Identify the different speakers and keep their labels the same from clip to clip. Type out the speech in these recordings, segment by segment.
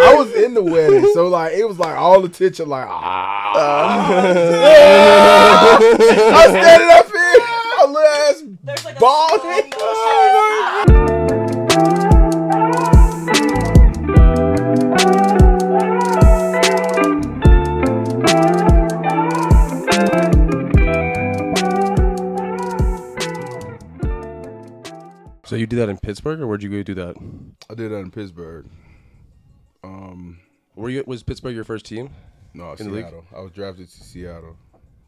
Speaker 1: I was in the wedding, so like it was like all the tension, like
Speaker 2: Uh.
Speaker 1: ah. I'm standing up here, a little ass
Speaker 3: There's like a
Speaker 1: bald
Speaker 3: slow
Speaker 1: head.
Speaker 3: motion.
Speaker 1: Oh,
Speaker 2: So you did that in Pittsburgh, or where'd you go do that?
Speaker 1: I did that in Pittsburgh. Um,
Speaker 2: Were you was Pittsburgh your first team?
Speaker 1: no,
Speaker 2: the
Speaker 1: Seattle.
Speaker 2: league?
Speaker 1: I was drafted to Seattle,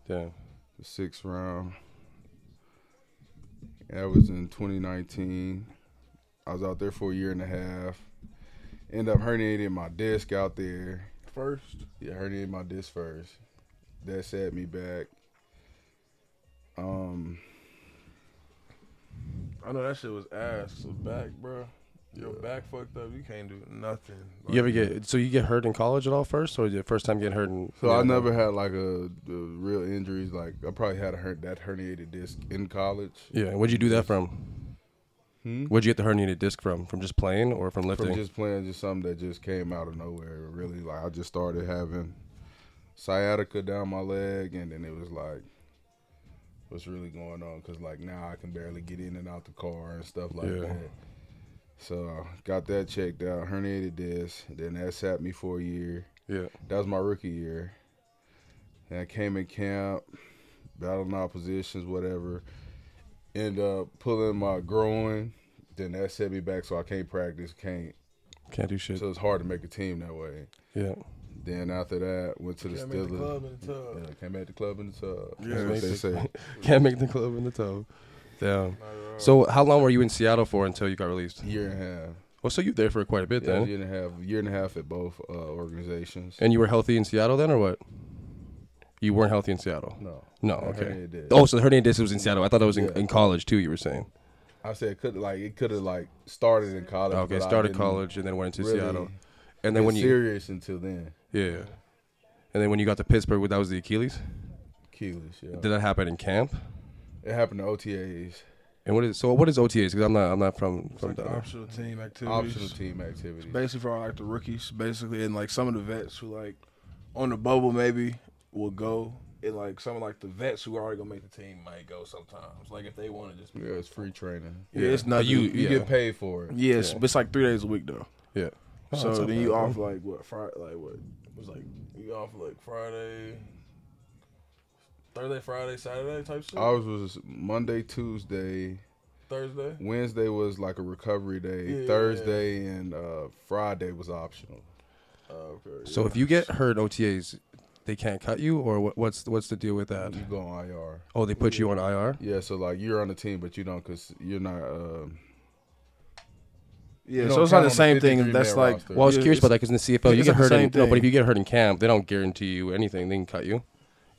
Speaker 2: Damn.
Speaker 1: the sixth round. That was in 2019. I was out there for a year and a half. End up herniating my disc out there.
Speaker 2: First.
Speaker 1: Yeah, herniated my disc first. That set me back. Um,
Speaker 4: I know that shit was ass. So back, bro. Your back fucked up. You can't do nothing.
Speaker 2: You ever get so you get hurt in college at all first, or your first time getting hurt? In,
Speaker 1: so
Speaker 2: yeah.
Speaker 1: I never had like a, the real injuries. Like I probably had a her- that herniated disc in college
Speaker 2: Yeah. Where'd you do that from?
Speaker 1: Hmm?
Speaker 2: Where'd you get the herniated disc from? From just playing or from lifting?
Speaker 1: from just playing just something that just came out of nowhere. Really, like I just started having sciatica down my leg, and then it was like, what's really going on? Because like now I can barely get in and out the car and stuff like
Speaker 2: Yeah.
Speaker 1: that. So got that checked out, herniated disc. Then that sat me for a year.
Speaker 2: yeah.
Speaker 1: That was my rookie year. And I came in camp, battling oppositions, whatever. End up pulling my groin. Then that set me back, so I can't practice, can't.
Speaker 2: Can't do shit.
Speaker 1: So it's hard to make a team that way.
Speaker 2: yeah.
Speaker 1: Then after that, went to the
Speaker 4: Can't make the
Speaker 1: Steelers.
Speaker 4: club in the tub.
Speaker 1: Yeah, came back to club in the tub.
Speaker 4: Yeah.
Speaker 1: That's what they say.
Speaker 2: Can't make the club in the tub. Damn.
Speaker 4: Not at all.
Speaker 2: So how long were you in Seattle for until you got released?
Speaker 1: Year and a half.
Speaker 2: Well, so you were there for quite a bit
Speaker 1: Yeah,
Speaker 2: then,
Speaker 1: year and a half. Year and a half at both uh, organizations.
Speaker 2: and you were healthy in Seattle then, or what? You weren't healthy in Seattle.
Speaker 1: No.
Speaker 2: No.
Speaker 1: I
Speaker 2: Okay.
Speaker 1: herniated disc.
Speaker 2: Oh, so the herniated disc was in Seattle. I thought that was in,
Speaker 1: Yeah.
Speaker 2: in college too. You were saying.
Speaker 1: I said could like it could have like started in college.
Speaker 2: Okay.
Speaker 1: but I
Speaker 2: Started
Speaker 1: didn't
Speaker 2: college and then went into
Speaker 1: really
Speaker 2: Seattle, and then
Speaker 1: get
Speaker 2: when you
Speaker 1: serious until then.
Speaker 2: yeah, and then when you got to Pittsburgh, that was the Achilles.
Speaker 1: Keyless, yeah.
Speaker 2: Did that happen in camp?
Speaker 1: It happened to OTAs,
Speaker 2: And what is so? What is OTAs? Because I'm not. I'm not from
Speaker 4: It's
Speaker 2: from
Speaker 4: like the
Speaker 2: down there.
Speaker 4: optional team activities.
Speaker 1: optional team activities.
Speaker 4: basically for all like the rookies, basically, and like some of the vets who like on the bubble maybe will go, and like some of like the vets who are already gonna make the team might go sometimes. Like if they want to just be,
Speaker 1: Yeah, it's free training.
Speaker 4: yeah, it's
Speaker 2: But
Speaker 4: nothing.
Speaker 2: you-
Speaker 1: You
Speaker 2: Yeah.
Speaker 1: get paid for it.
Speaker 4: yes, but it's like three days a week though.
Speaker 2: Yeah. Oh,
Speaker 4: so
Speaker 2: that's not
Speaker 4: then you
Speaker 2: bad.
Speaker 4: off like what Friday? Like what it was like you off like Friday, Thursday, Friday, Saturday type shit.
Speaker 2: Oh.
Speaker 1: Ours was Monday, Tuesday,
Speaker 4: Thursday.
Speaker 1: Wednesday was like a recovery day.
Speaker 4: Yeah.
Speaker 1: Thursday and uh, Friday was optional.
Speaker 4: Oh, okay.
Speaker 2: So
Speaker 4: yeah.
Speaker 2: if you get hurt OTAs, they can't cut you, or what, what's what's the deal with that?
Speaker 1: You go on IR.
Speaker 2: Oh, they put you on IR.
Speaker 1: Yeah, so like you're on the team, but you don't because you're not. Uh,
Speaker 4: yeah,
Speaker 1: you
Speaker 4: so
Speaker 1: don't count
Speaker 4: it's not the
Speaker 1: on the
Speaker 4: same thing.
Speaker 1: 53
Speaker 4: That's
Speaker 1: man
Speaker 4: like
Speaker 1: roster.
Speaker 2: Well, I was
Speaker 4: yeah,
Speaker 2: curious
Speaker 4: it's-
Speaker 2: about that because in the CFL, you
Speaker 4: it's
Speaker 2: get
Speaker 4: not the
Speaker 2: hurt. In,
Speaker 4: same
Speaker 2: no, but if
Speaker 4: thing.
Speaker 2: you get hurt in camp, they don't guarantee you anything. They can cut you.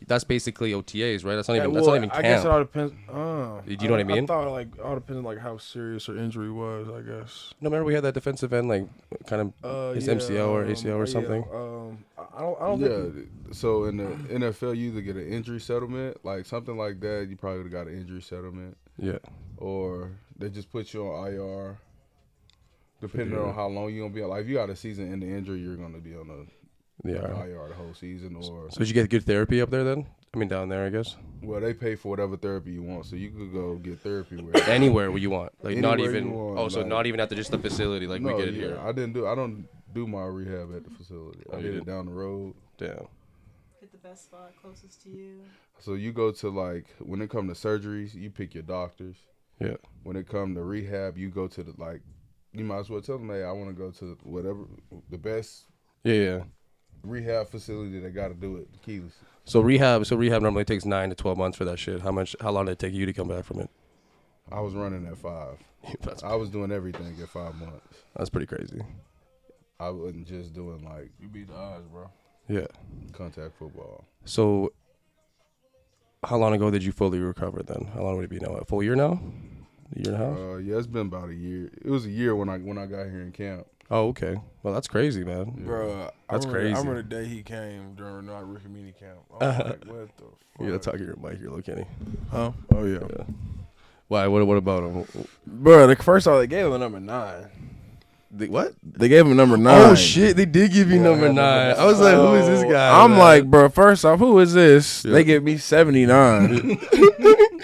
Speaker 2: That's basically OTAs, right? That's not even.
Speaker 4: Yeah,
Speaker 2: that's
Speaker 4: well,
Speaker 2: not even
Speaker 4: I guess it
Speaker 2: camp.
Speaker 4: all depends. Oh,
Speaker 2: Do you know what I mean?
Speaker 4: I thought like all depends on like how serious her injury was. I guess.
Speaker 2: No, remember we had that defensive end like kind of
Speaker 4: Uh,
Speaker 2: his
Speaker 4: yeah,
Speaker 2: MCL or
Speaker 4: um,
Speaker 2: ACL or
Speaker 4: yeah,
Speaker 2: something.
Speaker 4: um, I- I don't. I don't
Speaker 1: yeah,
Speaker 4: think.
Speaker 1: so in the NFL, you either get an injury settlement, like something like that. You probably would have got an injury settlement,
Speaker 2: Yeah.
Speaker 1: or they just put you on IR. Depending
Speaker 2: Yeah.
Speaker 1: on how long you're gonna be on, like if you got a season-ending injury, you're gonna be on a
Speaker 2: Yeah.
Speaker 1: like,
Speaker 2: all right.
Speaker 1: IR the whole season, or
Speaker 2: So did you get good therapy up there then? I mean, down there, I guess.
Speaker 1: well, they pay for whatever therapy you want, so you could go get therapy where.
Speaker 2: Anywhere where you want, like not
Speaker 1: Anywhere you
Speaker 2: even.
Speaker 1: want,
Speaker 2: oh, so
Speaker 1: like-
Speaker 2: not even at the just the facility, like we get it
Speaker 1: yeah,
Speaker 2: here.
Speaker 1: I didn't do. I don't do my rehab at the facility.
Speaker 2: Oh,
Speaker 1: I
Speaker 2: you
Speaker 1: did
Speaker 2: did?
Speaker 1: it down the road.
Speaker 2: Damn.
Speaker 3: Hit the best spot closest to you.
Speaker 1: So you go to like when it come to surgeries, you pick your doctors.
Speaker 2: Yeah.
Speaker 1: When it come to rehab, you go to the like. You might as well tell them, hey, I want to go to whatever the best
Speaker 2: Yeah. Yeah.
Speaker 1: rehab facility that got to do it. Keyless.
Speaker 2: So rehab, so rehab normally takes nine to twelve months for that shit. How much? How long did it take you to come back from it?
Speaker 1: I was running at five.
Speaker 2: that's
Speaker 1: I was doing everything at five months.
Speaker 2: that's pretty crazy.
Speaker 1: I wasn't just doing like
Speaker 4: You beat the odds, bro.
Speaker 2: Yeah.
Speaker 1: contact football.
Speaker 2: So, how long ago did you fully recover? Then how long would it be now? A full year now? A year and a half?
Speaker 1: Uh, yeah, it's been about a year. It was a year when I when I got here in camp.
Speaker 2: oh, okay. Well, that's crazy, man.
Speaker 4: Bro,
Speaker 2: That's
Speaker 4: I remember, I
Speaker 2: crazy.
Speaker 4: remember the day he came during not Ricky Mini camp. I was like, what the fuck?
Speaker 2: You gotta talk to your mic, your little Kenny.
Speaker 4: Huh? Oh yeah.
Speaker 2: Yeah. Why? What? What about him?
Speaker 4: Bro, the first time they gave him the number nine.
Speaker 2: They, what?
Speaker 4: They gave him number nine. Oh,
Speaker 2: Oh shit! They did give you number nine. I was like, who is this guy?
Speaker 4: I'm
Speaker 2: man?
Speaker 4: like, bro. First off, who is this? They give me seventy nine.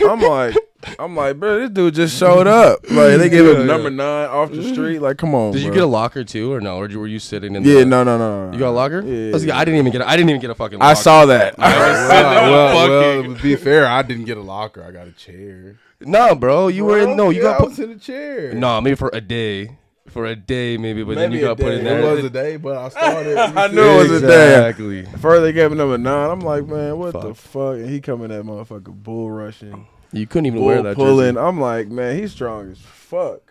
Speaker 4: I'm like, I'm like, bro. This dude just showed up. Like they gave
Speaker 2: Yeah, yeah.
Speaker 4: him number nine off the street. Like, come on.
Speaker 2: did you
Speaker 4: bro.
Speaker 2: get a locker too, or no? Or did- were you sitting in?
Speaker 4: Yeah,
Speaker 2: the,
Speaker 4: no, no, no. no.
Speaker 2: You got a locker?
Speaker 4: Yeah.
Speaker 2: I, was like, I didn't even get. A, I didn't even get a fucking. Locker.
Speaker 4: I saw that.
Speaker 1: well, well, to be fair, I didn't get a locker. I got a chair.
Speaker 2: No, bro. You were in. No, you
Speaker 1: yeah,
Speaker 2: got
Speaker 1: I
Speaker 2: put.
Speaker 1: was in a chair.
Speaker 2: No, maybe for a day. For a day, maybe. But then
Speaker 4: Maybe
Speaker 2: you
Speaker 4: a
Speaker 2: got put
Speaker 4: day.
Speaker 2: in
Speaker 1: it
Speaker 2: there.
Speaker 1: was a day, but I started.
Speaker 4: I knew it was a day.
Speaker 2: Exactly.
Speaker 4: Further gave him number nine. I'm like, man, what the
Speaker 2: Fuck.
Speaker 4: fuck? And he coming that motherfucker bull rushing,
Speaker 2: You couldn't even wear
Speaker 4: bull
Speaker 2: that.
Speaker 4: pulling.
Speaker 2: Pulling.
Speaker 4: I'm like, man, he's strong as fuck.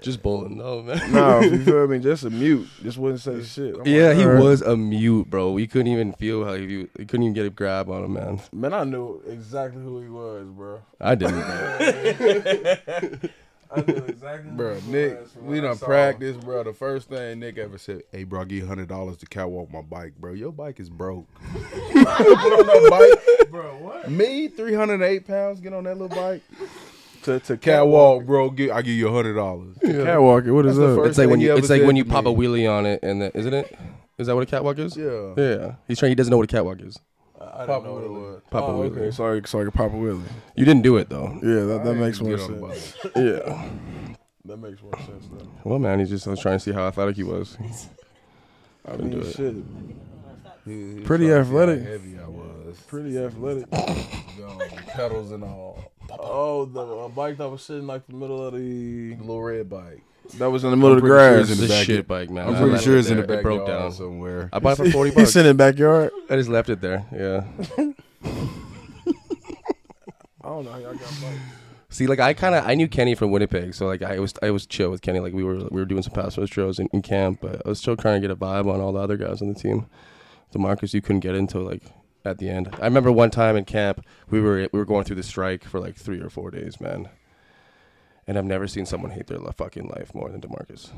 Speaker 2: Just bowling. No man.
Speaker 4: No, you feel me? Just a mute. Just wouldn't say shit. I'm like,
Speaker 2: Yeah, he
Speaker 4: "Alright."
Speaker 2: was a mute, bro. We couldn't even feel how he. You couldn't even get a grab on him, man.
Speaker 4: Man, I knew exactly who he was, bro.
Speaker 2: I didn't. bro.
Speaker 4: I knew exactly.
Speaker 1: Bro, Nick, we done practiced, bro. The first thing Nick ever said, "Hey, bro, I give hundred dollars to catwalk my bike, bro. Your bike is broke. Put on that bike, bro. What? Me, three hundred eight pounds, get on that little bike,
Speaker 4: To, to catwalk.
Speaker 1: catwalk, bro. Give, I give you hundred dollars.
Speaker 4: Catwalk. What
Speaker 1: That's
Speaker 4: is
Speaker 1: the
Speaker 4: up?
Speaker 1: first-
Speaker 2: It's like
Speaker 1: thing
Speaker 2: when
Speaker 1: he
Speaker 2: you.
Speaker 1: ever
Speaker 2: It's like
Speaker 1: said
Speaker 2: when
Speaker 1: to
Speaker 2: you pop a
Speaker 1: me.
Speaker 2: wheelie on it, and the, isn't it? Is that what a catwalk is?
Speaker 1: Yeah,
Speaker 2: Yeah. He's trying. He doesn't know what a catwalk is.
Speaker 4: I
Speaker 1: Papa Willie.
Speaker 2: Papa
Speaker 4: oh,
Speaker 2: wheelie.
Speaker 4: okay. Sorry, sorry, Papa Willie.
Speaker 2: You didn't do it though.
Speaker 4: Yeah, that, that
Speaker 1: I
Speaker 4: makes
Speaker 1: didn't
Speaker 4: more
Speaker 1: get on the
Speaker 4: sense.
Speaker 1: bike.
Speaker 2: Yeah.
Speaker 4: That makes more sense. Though.
Speaker 2: Well, man, he's just I was trying to see how athletic he was.
Speaker 4: I mean,
Speaker 2: do it.
Speaker 4: shit,
Speaker 1: He- he
Speaker 4: Pretty
Speaker 1: tried to see how
Speaker 4: athletic.
Speaker 1: Heavy I was.
Speaker 4: pretty athletic.
Speaker 1: Yo, pedals and all.
Speaker 4: oh, the uh, bike that was sitting like the middle of the
Speaker 1: Little red bike.
Speaker 4: that was in the middle of the
Speaker 1: pretty sure
Speaker 4: grass.
Speaker 1: it's in
Speaker 2: It's a
Speaker 1: the back-
Speaker 2: shit bike, man.
Speaker 1: I'm
Speaker 2: I
Speaker 1: pretty
Speaker 2: left
Speaker 1: sure
Speaker 2: it
Speaker 1: it's in the
Speaker 2: there.
Speaker 1: back.
Speaker 2: It broke down.
Speaker 1: somewhere.
Speaker 2: I bought it for forty
Speaker 4: He's
Speaker 2: bucks.
Speaker 4: in the backyard.
Speaker 2: I just left it there. Yeah.
Speaker 4: I don't know how y'all got bikes.
Speaker 2: See, like I kind of I knew Kenny from Winnipeg, so like I was I was chill with Kenny. Like we were we were doing some pass rush drills in, in camp, but I was still trying to get a vibe on all the other guys on the team. The Marcus you couldn't get into like at the end. I remember one time in camp we were we were going through the strike for like three or four days, man. And I've never seen someone hate their li- fucking life more than Demarcus.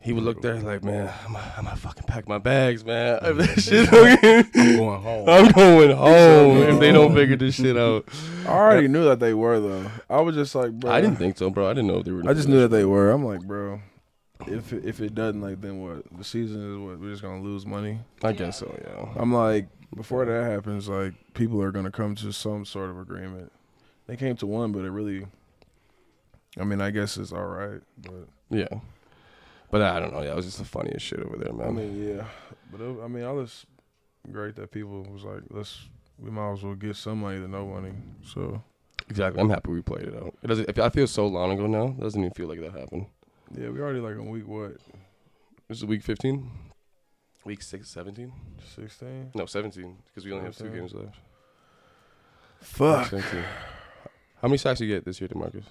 Speaker 2: He would look there like, man, I'm gonna I'm gonna fucking pack my bags, man. If this shit don't
Speaker 1: I'm
Speaker 2: get-
Speaker 1: going home.
Speaker 2: I'm going home if they don't figure this shit out.
Speaker 4: I already knew that they were though. I was just like, bro.
Speaker 2: I didn't think so, bro. I didn't know they were.
Speaker 4: I just knew that they were. I'm like, bro. If it, if it doesn't, like, then what? The season is what? We're just gonna lose money.
Speaker 2: I guess so, yeah.
Speaker 4: I'm like, before that happens, like, people are gonna come to some sort of agreement. They came to one, but it really. I mean, I guess it's all right, but
Speaker 2: Yeah. But I don't know. Yeah, it was just the funniest shit over there, man.
Speaker 4: I mean, yeah. But it, I mean, I was great that people was like, let's. We might as well get some money than no money. So
Speaker 2: exactly. I'm happy we played it out. It doesn't. If I feel so long ago now, it doesn't even feel like that happened.
Speaker 4: yeah, we already like on week what
Speaker 2: This is week 15, week six, 17?
Speaker 4: sixteen.
Speaker 2: No, 17 because we only have two
Speaker 4: Okay.
Speaker 2: games left.
Speaker 4: Fuck.
Speaker 2: 17. How many sacks you get this year, Demarcus?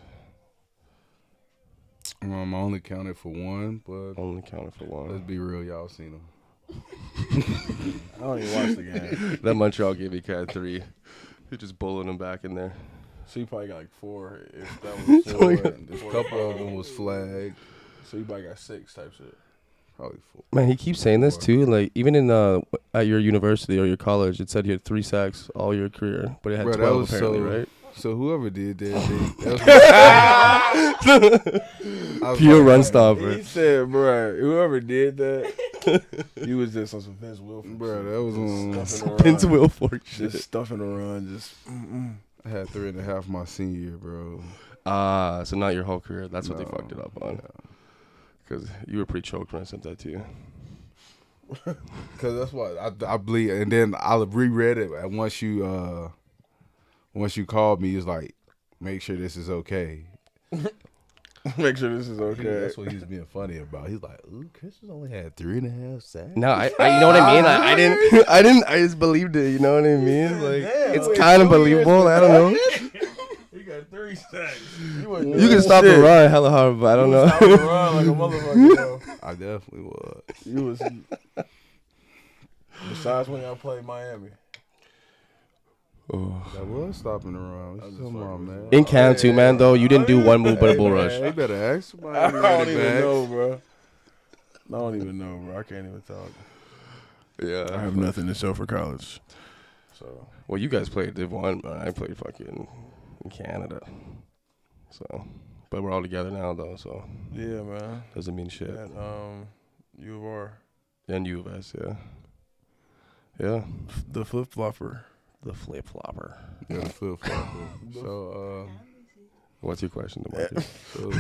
Speaker 1: Um, I only counted for one, but
Speaker 2: Only counted for
Speaker 1: let's
Speaker 2: one.
Speaker 1: be real, y'all seen him.
Speaker 4: I don't even watch the game.
Speaker 2: that Montreal gave me cat three. You're just bowling them back in there.
Speaker 4: So you probably got like four. If that was
Speaker 1: There
Speaker 4: four,
Speaker 1: were- there's a
Speaker 4: four,
Speaker 1: couple of
Speaker 4: five.
Speaker 1: them was flagged.
Speaker 4: So you probably got six type shit.
Speaker 1: Probably four.
Speaker 2: Man, he keeps saying this too. Like even in uh at your university or your college, it said you had three sacks all your career, but it had
Speaker 1: Bro, that
Speaker 2: twelve
Speaker 1: was
Speaker 2: apparently,
Speaker 1: so-
Speaker 2: right?
Speaker 1: So whoever did that, they, that was- I was
Speaker 2: Pure
Speaker 1: like,
Speaker 2: run stopper.
Speaker 4: He said, "Bruh, whoever did that, you was just on some Vince Wilford,
Speaker 1: Bro, that was on.
Speaker 2: Vince Wilfork
Speaker 4: just stuffing around, just mm-mm.
Speaker 1: I had three and a half my senior year, bro.
Speaker 2: Ah, so not your whole career. That's what they
Speaker 1: No,
Speaker 2: fucked it up on. Because you were pretty choked when I sent that to you.
Speaker 1: Cause that's why I, I believe. And then I reread it. And once you, uh, once you called me, it's like, make sure this is okay.
Speaker 4: make sure this is
Speaker 1: He-
Speaker 4: okay."
Speaker 1: That's what he was being funny about. He's like, ooh, Chris has only had three and a half sacks.
Speaker 2: No, I, I you know what I mean. I, I didn't, I didn't, I just believed it. You know what I mean? Like it's kind of believable. I don't know.
Speaker 4: You got three sacks.
Speaker 2: You can stop and run hella hard, but I don't know.
Speaker 4: around like a motherfucker. though.
Speaker 1: I definitely was.
Speaker 4: You was. Besides when y'all played Miami,
Speaker 2: Oh.
Speaker 1: That was stopping around. What you talking about, man?
Speaker 2: In camp too, man. Though you didn't do one move but a bull rush.
Speaker 1: Hey, you better ask somebody.
Speaker 4: I
Speaker 1: who
Speaker 4: don't
Speaker 1: did
Speaker 4: even
Speaker 1: it, man.
Speaker 4: know, bro. I don't even know, bro. I can't even talk. I
Speaker 2: Yeah.
Speaker 4: have nothing to show for college. So
Speaker 2: Well, you guys played Div One, but I played fucking in Canada. So But we're all together now though, so
Speaker 4: Yeah, man.
Speaker 2: doesn't mean shit.
Speaker 4: At, um, U of R,
Speaker 2: And U of S, yeah. Yeah.
Speaker 4: F- the flip flopper.
Speaker 2: The flip flopper.
Speaker 1: Yeah, flip flop. so, uh,
Speaker 2: What's your question,
Speaker 4: Eh.
Speaker 2: Demarcus?
Speaker 1: so,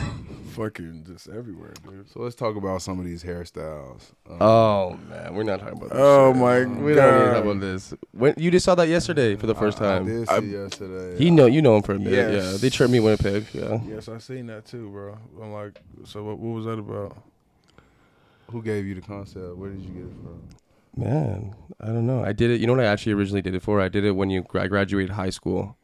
Speaker 4: Fucking just everywhere, dude.
Speaker 1: so let's talk about some of these hairstyles. Um,
Speaker 2: oh man, we're not talking about this.
Speaker 4: Oh
Speaker 2: shit. we
Speaker 4: my
Speaker 2: don't need to talk
Speaker 4: God.
Speaker 2: about this. When you just saw that yesterday for the first
Speaker 1: I-
Speaker 2: time.
Speaker 1: I did
Speaker 4: I-
Speaker 1: see yesterday.
Speaker 2: He know you know him for a minute. Yeah,
Speaker 4: Yes.
Speaker 2: they tripped me Winnipeg. Yeah,
Speaker 4: Yes, I seen that too, bro. I'm like, so what, what was that about?
Speaker 1: uh, Who gave you the concept? Where did you get it from?
Speaker 2: man, I don't know. I did it. You know what I actually originally did it for? I did it when you gra- I graduated high school,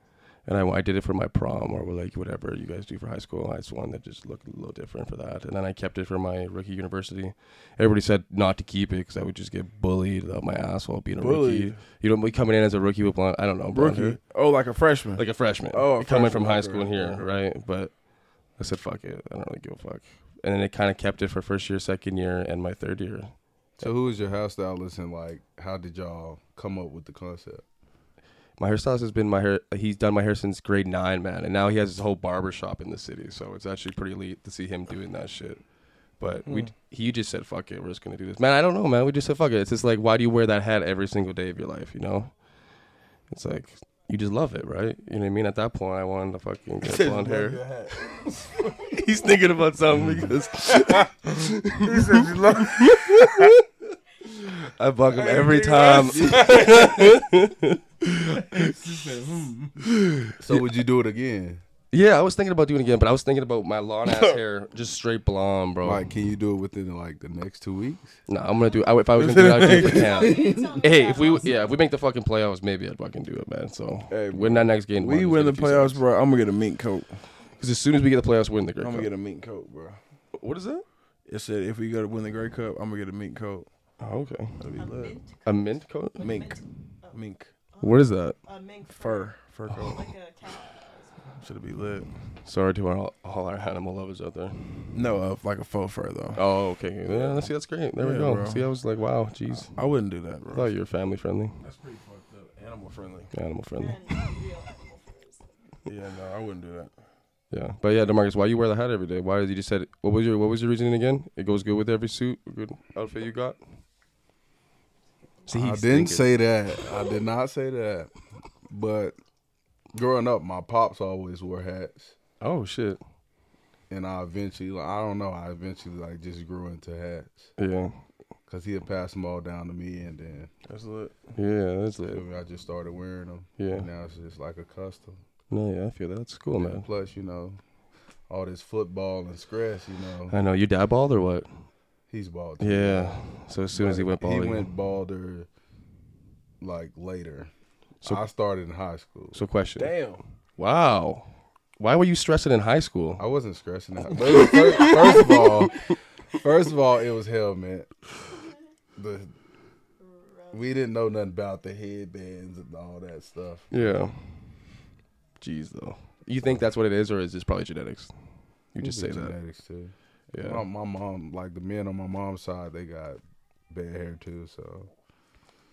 Speaker 2: and I, I did it for my prom or like whatever you guys do for high school. I just wanted to just look a little different for that, and then I kept it for my rookie university. Everybody said not to keep it because I would just get bullied out my asshole being a rookie. You know, me coming in as a rookie with blonde. I don't know, brown hair.
Speaker 4: rookie. Oh, like a freshman.
Speaker 2: like a freshman.
Speaker 4: Oh, a
Speaker 2: coming
Speaker 4: freshman,
Speaker 2: from high
Speaker 4: okay,
Speaker 2: school in here,
Speaker 4: okay.
Speaker 2: right? But I said, fuck it. I don't really give a fuck. And then it kind of kept it for first year, second year, and my third year.
Speaker 1: So, who was your hairstylist and like, how did y'all come up with the concept?
Speaker 2: My hairstylist has been my hair. He's done my hair since grade nine, man, and now he has his whole barber shop in the city. So it's actually pretty elite to see him doing that shit. But we,
Speaker 4: Hmm.
Speaker 2: he just said, "Fuck it, we're just gonna do this." Man, I don't know, man. We just said, "Fuck it." It's just like, why do you wear that hat every single day of your life? You know, it's like you just love it, right? You know what I mean? At that point, I wanted to fucking get blonde hair. He's thinking about something because
Speaker 4: Hmm. he said you love
Speaker 2: I bug him
Speaker 4: Hey,
Speaker 2: every
Speaker 4: nigga,
Speaker 2: time.
Speaker 1: So, would you do it again?
Speaker 2: Yeah, I was thinking about doing it again, but I was thinking about my long ass hair, just straight blonde, bro.
Speaker 1: Like, can you do it within like the next two weeks?
Speaker 2: nah, I'm gonna do. I, if I was gonna do it, I'd do it with Cam. Hey,
Speaker 3: hey,
Speaker 2: if we yeah, if we make the fucking playoffs, maybe I'd fucking do it, man. So
Speaker 4: Hey,
Speaker 2: win that next game.
Speaker 4: We win the playoffs, bro. I'm gonna get a mink coat.
Speaker 2: because as soon as we get the playoffs, we're in the
Speaker 4: I'm
Speaker 2: great.
Speaker 4: gonna
Speaker 2: Cup.
Speaker 4: get a mink coat, bro.
Speaker 2: What is that?
Speaker 4: It said if we go to win the Grey Cup, I'm gonna get a mink coat.
Speaker 2: Oh, okay.
Speaker 4: That'd be
Speaker 3: a
Speaker 4: lit.
Speaker 3: mint,
Speaker 2: A mint coat.
Speaker 3: like a
Speaker 4: mink.
Speaker 3: mint-
Speaker 4: Mink
Speaker 2: What is that?
Speaker 3: A mink fur.
Speaker 4: fur fur coat.
Speaker 3: Like a
Speaker 2: Oh.
Speaker 3: cat.
Speaker 4: Should be lit.
Speaker 2: Sorry to our, all our animal lovers out there.
Speaker 4: No, uh, like a faux fur though.
Speaker 2: Oh, okay. Yeah, let's see. That's great. There we
Speaker 4: Yeah,
Speaker 2: go.
Speaker 4: bro.
Speaker 2: See, I was like, wow, jeez.
Speaker 4: I wouldn't do that,
Speaker 2: I
Speaker 4: bro.
Speaker 2: thought you were family friendly,
Speaker 4: That's pretty fucked up. Animal friendly.
Speaker 2: animal friendly.
Speaker 3: They're not real animal furs.
Speaker 4: Yeah, no, I wouldn't do that.
Speaker 2: Yeah, but yeah, Demarcus, why you wear the hat every day? Why did you just said what was your what was your reasoning again? It goes good with every suit, good outfit you got. See,
Speaker 1: I didn't say that. I did not say that. But growing up, my pops always wore hats,
Speaker 2: Oh shit!
Speaker 1: and I eventually, like, I don't know, I eventually like just grew into hats
Speaker 2: Yeah,
Speaker 1: because he had passed them all down to me, and then
Speaker 4: That's lit.
Speaker 2: yeah, that's
Speaker 1: I
Speaker 2: it.
Speaker 1: mean, I just started wearing them.
Speaker 2: Yeah,
Speaker 1: And now it's just like a custom.
Speaker 2: no, yeah, I feel that. That's cool, man.
Speaker 1: Plus, you know, all this football and scratch, you know,
Speaker 2: I know you dad balled or what?
Speaker 1: he's bald. too.
Speaker 2: Yeah. So as soon as he
Speaker 1: But
Speaker 2: went bald,
Speaker 1: he
Speaker 2: he-
Speaker 1: went balder like later.
Speaker 2: So-
Speaker 1: So I started in high school.
Speaker 2: So question.
Speaker 4: Damn.
Speaker 2: Wow, why were you stressing in high school?
Speaker 1: I wasn't stressing out. But it was fir- first of all, first of all, it was helmet. The we didn't know nothing about the headbands and all that stuff.
Speaker 2: Yeah. Jeez, though. You think that's what it is, or is this probably genetics? You just say
Speaker 1: It's
Speaker 2: that.
Speaker 1: genetics too.
Speaker 2: Yeah.
Speaker 1: My, my mom, like the men on my mom's side, they got bad hair too. So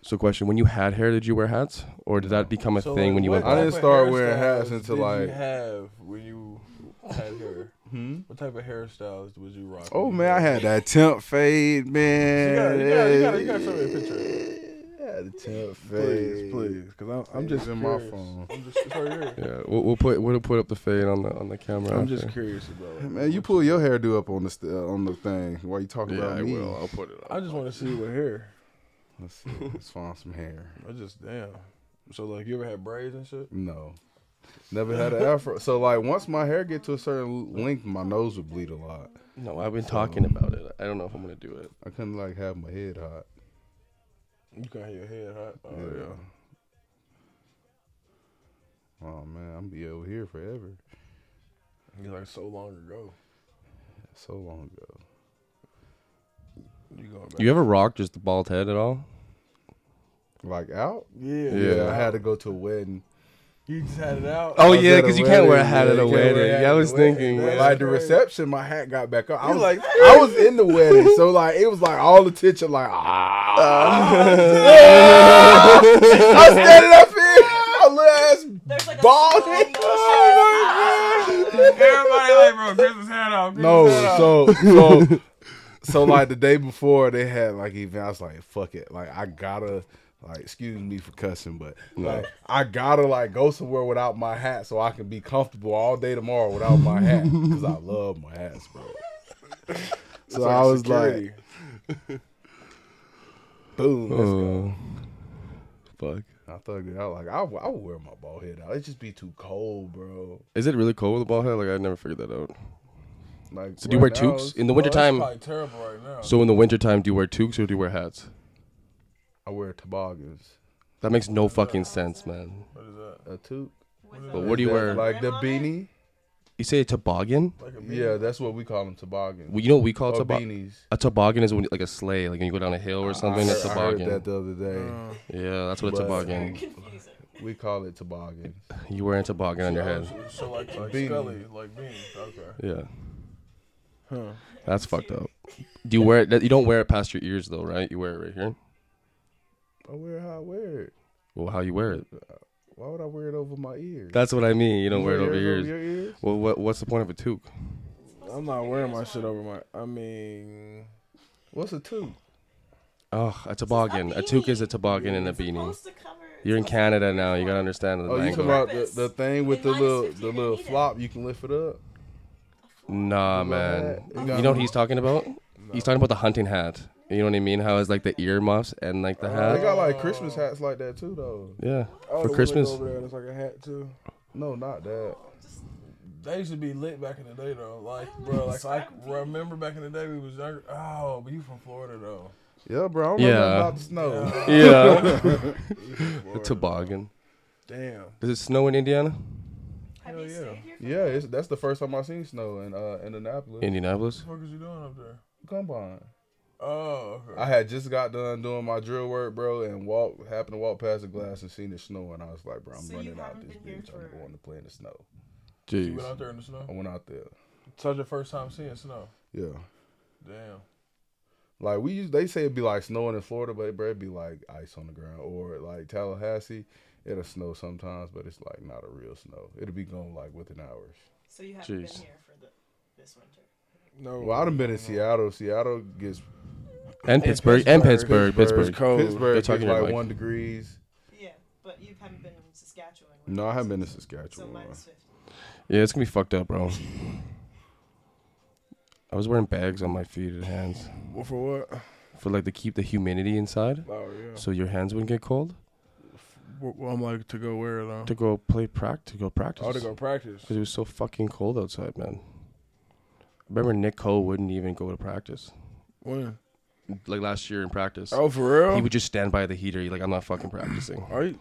Speaker 2: So question: When you had hair, did you wear hats, or did that become a
Speaker 4: So,
Speaker 2: thing
Speaker 4: like,
Speaker 2: when you
Speaker 4: what
Speaker 2: went?
Speaker 1: I
Speaker 2: bald?
Speaker 1: didn't
Speaker 4: type of
Speaker 1: start wearing
Speaker 4: hairstyles
Speaker 1: hats until,
Speaker 4: did
Speaker 1: like-
Speaker 4: You have when you had hair. What type of hairstyles was you rocking?
Speaker 1: oh man, I had that temp fade, man.
Speaker 4: You gotta- you gotta- you gotta show me a picture.
Speaker 1: I had the temp
Speaker 4: Please,
Speaker 1: fade,
Speaker 4: please, because I'm, I'm
Speaker 1: It's
Speaker 4: just
Speaker 1: in my
Speaker 4: curious.
Speaker 1: phone.
Speaker 4: I'm just, it's right here.
Speaker 2: Yeah, we'll, we'll put we'll put up the fade on the on the camera.
Speaker 4: I'm
Speaker 2: after.
Speaker 4: just curious about. Like,
Speaker 1: Man, you
Speaker 4: what
Speaker 1: pull your hairdo up on the st- uh, on the thing while you talking
Speaker 2: Yeah,
Speaker 1: about
Speaker 2: I
Speaker 1: me.
Speaker 2: will. I'll put it.
Speaker 4: I just want to see what hair.
Speaker 1: Let's see. Let's find some hair.
Speaker 4: I just damn. So like, you ever had braids and shit?
Speaker 1: No. Never had an afro. So like once my hair get to a certain length, my nose would bleed a lot.
Speaker 2: No, I've been talking about it. I don't know if I'm gonna do it.
Speaker 1: I couldn't like have my head hot.
Speaker 4: You can have your head hot. Oh yeah.
Speaker 1: Oh man, I'm be over here forever.
Speaker 4: It's like so long ago.
Speaker 1: So long ago.
Speaker 4: You going back?
Speaker 2: You ever rock just the bald head at all?
Speaker 1: Like out?
Speaker 4: Yeah.
Speaker 1: Yeah. I had to go to a wedding.
Speaker 4: You just had it out.
Speaker 2: Oh
Speaker 1: I was
Speaker 2: yeah,
Speaker 1: at a
Speaker 2: because you can't wear a
Speaker 1: wedding,
Speaker 2: hat
Speaker 1: yeah,
Speaker 2: at
Speaker 1: you
Speaker 2: a
Speaker 1: can't wear a
Speaker 2: wedding.
Speaker 4: hat
Speaker 2: Yeah, I
Speaker 4: at a
Speaker 2: was
Speaker 4: wedding,
Speaker 2: thinking.
Speaker 4: man.
Speaker 1: But,
Speaker 4: Yeah,
Speaker 1: like
Speaker 4: that's
Speaker 1: the
Speaker 4: crazy.
Speaker 1: reception, my hat got back up. I
Speaker 4: You
Speaker 1: was
Speaker 4: like-
Speaker 1: like, I was in the wedding, so like it was like all the tension, like
Speaker 4: Ah,
Speaker 1: ah. I standing up here, my little ass
Speaker 3: There's like a
Speaker 1: Bald
Speaker 3: slow motion.
Speaker 1: head.
Speaker 5: Everybody like, bro, Christmas hat on. Christmas
Speaker 1: No,
Speaker 5: hat on.
Speaker 1: so so so like the day before they had like even I was like, fuck it, like I gotta like excuse me for cussing, but like I gotta like go somewhere without my hat so I can be comfortable all day tomorrow without my hat because I love my hats, bro. So I was
Speaker 4: Security.
Speaker 1: like, boom,
Speaker 2: Oh.
Speaker 1: let's go.
Speaker 2: fuck.
Speaker 1: I thugged it out. Like I, w- I would wear my bald head out. It just be too cold, bro.
Speaker 2: Is it really cold with a bald head? Like I never figured that out.
Speaker 1: Like
Speaker 2: So do you wear
Speaker 1: right now,
Speaker 2: toques
Speaker 1: it's-
Speaker 2: in the
Speaker 4: Bro, that's
Speaker 2: wintertime?
Speaker 4: probably terrible right now.
Speaker 2: So in the wintertime, do you wear toques or do you wear hats?
Speaker 1: I wear toboggans.
Speaker 2: That makes no fucking sense, man.
Speaker 4: what is that?
Speaker 1: A toque.
Speaker 2: But what do you wear?
Speaker 1: Like the
Speaker 3: Rim on it?
Speaker 1: beanie.
Speaker 2: You say a toboggan?
Speaker 4: Like a beanie?
Speaker 1: Yeah, that's what we call them toboggans.
Speaker 2: Well, you know what we
Speaker 1: Or
Speaker 2: call a toboggan?
Speaker 1: beanies.
Speaker 2: A toboggan is when you, like a sleigh, like when you go down a hill or something.
Speaker 1: I
Speaker 2: That's a
Speaker 1: heard, I heard
Speaker 2: toboggan.
Speaker 1: that the other day.
Speaker 2: yeah, that's what a
Speaker 1: But-
Speaker 2: toboggan.
Speaker 3: Confusing.
Speaker 1: We call it toboggans.
Speaker 2: You wear a toboggan on your head.
Speaker 4: So, so like, like
Speaker 1: Beanie.
Speaker 4: Scully, like beanie. Okay.
Speaker 2: Yeah,
Speaker 4: Huh.
Speaker 2: that's fucked up. Do you wear it? You don't wear it past your ears though, right? You wear it right here.
Speaker 1: I wear it how I wear it.
Speaker 2: Well, how you wear it?
Speaker 1: Why would I wear it over my ears?
Speaker 2: That's what I mean. You don't wear it over
Speaker 1: Your
Speaker 2: your ears.
Speaker 1: your ears?
Speaker 2: Well, what what's the point of a toque?
Speaker 4: I'm not wearing my shit over my. I mean,
Speaker 1: What's a toque?
Speaker 2: Oh, a toboggan. A toque is a toboggan and a beanie.
Speaker 3: Supposed to cover-
Speaker 2: You're in
Speaker 3: supposed to
Speaker 2: Canada
Speaker 3: cover
Speaker 2: now. You gotta
Speaker 3: it.
Speaker 2: understand the
Speaker 1: Oh, you talking
Speaker 2: language.
Speaker 1: about the, the thing with the
Speaker 3: Minus
Speaker 1: little
Speaker 3: 50,
Speaker 1: the
Speaker 3: you
Speaker 1: little
Speaker 3: need it.
Speaker 1: flop? You can lift it up.
Speaker 2: Nah,
Speaker 1: You love
Speaker 2: man.
Speaker 1: that?
Speaker 2: You know what he's talking about? He's talking about the hunting hat. You know what I mean? How it's like the ear muffs and like the
Speaker 1: They
Speaker 2: hat.
Speaker 1: got like Christmas hats like that too, though.
Speaker 2: Yeah,
Speaker 4: Oh,
Speaker 2: for
Speaker 4: the
Speaker 2: Christmas.
Speaker 4: window Over there, that's like a hat too.
Speaker 1: No, not that.
Speaker 4: They used to be lit back in the day though. Like, bro, like I remember back in the day we was younger. Oh, but you from Florida though.
Speaker 1: Yeah, bro. I don't know
Speaker 2: Yeah.
Speaker 1: nothing about the snow.
Speaker 4: Oh.
Speaker 2: Yeah,
Speaker 4: You from
Speaker 2: the
Speaker 4: Florida.
Speaker 2: toboggan.
Speaker 4: Damn.
Speaker 2: Does it snow in Indiana?
Speaker 3: Have you
Speaker 4: Hell yeah.
Speaker 3: stayed here?
Speaker 1: Yeah, it's, that's the first time I seen snow in uh, Indianapolis.
Speaker 2: Indianapolis.
Speaker 4: What the fuck is you doing up there?
Speaker 1: Combine.
Speaker 4: Oh, okay.
Speaker 1: I had just got done doing my drill work, bro, and walk happened to walk past the glass and seen the snow, and I was like, bro, I'm
Speaker 3: So you
Speaker 1: running out
Speaker 3: haven't
Speaker 1: this
Speaker 3: been here
Speaker 1: bitch. I'm
Speaker 3: for-
Speaker 1: going to play in the snow.
Speaker 4: you
Speaker 2: Jeez.
Speaker 4: went out there in the snow.
Speaker 1: I went out there.
Speaker 4: So that's your first time seeing snow.
Speaker 1: Yeah,
Speaker 4: Damn.
Speaker 1: like we used, they say it'd be like snowing in Florida, but bro, it'd be like ice on the ground, or like Tallahassee, it'll snow sometimes, but it's like not a real snow. It'll be gone like within hours.
Speaker 3: So you haven't
Speaker 2: Jeez.
Speaker 3: been here for the, this winter.
Speaker 4: No.
Speaker 1: Well, I done been in
Speaker 3: Uh-huh.
Speaker 1: Seattle. Seattle gets
Speaker 2: And Pittsburgh. And Pittsburgh. Pittsburgh.
Speaker 4: Pittsburgh. cold.
Speaker 1: Pittsburgh
Speaker 2: They're
Speaker 1: gets
Speaker 2: talking about
Speaker 1: like
Speaker 2: like-
Speaker 1: one degrees.
Speaker 3: Yeah, but you haven't been in Saskatchewan. where
Speaker 1: No, I
Speaker 3: it's-
Speaker 1: haven't been to
Speaker 3: So
Speaker 1: Saskatchewan.
Speaker 3: minus 50.
Speaker 2: Yeah, it's gonna be fucked up, bro. I was wearing bags on my feet and hands
Speaker 4: Well, for what?
Speaker 2: for like to keep the humidity inside,
Speaker 4: Oh yeah.
Speaker 2: so your hands wouldn't get cold.
Speaker 4: well, I'm like to go where though?
Speaker 2: To go play practice. To go practice.
Speaker 4: oh, to go practice.
Speaker 2: Because it was so fucking cold outside, man. Remember, Nick Cole wouldn't even go to practice.
Speaker 4: When?
Speaker 2: Like last year in practice,
Speaker 4: Oh, for real?
Speaker 2: he would just stand by the heater. He's like, I'm not fucking practicing.
Speaker 4: Are you?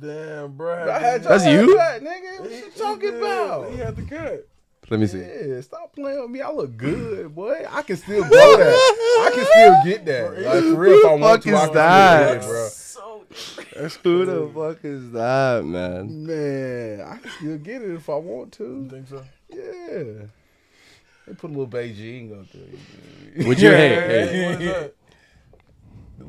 Speaker 4: Damn, bro.
Speaker 1: I had your
Speaker 2: That's
Speaker 1: ass
Speaker 2: you?
Speaker 1: back, nigga. What you talking about?
Speaker 4: He had the cut.
Speaker 2: Let me see.
Speaker 1: Yeah, stop playing with me. I look good, boy. I can still go that. I can still get that. Like for real, if I want
Speaker 2: Fuck
Speaker 1: to, I
Speaker 2: is
Speaker 1: can still
Speaker 2: that?
Speaker 1: get it, bro.
Speaker 3: So different.
Speaker 2: Who the fuck is that, man?
Speaker 1: Man, I can still get it if I want
Speaker 4: You
Speaker 1: to.
Speaker 4: think so?
Speaker 1: Yeah. They put a little Beijing up there. you
Speaker 2: Would you?
Speaker 4: Hey,
Speaker 2: hey, hey.
Speaker 4: what is that?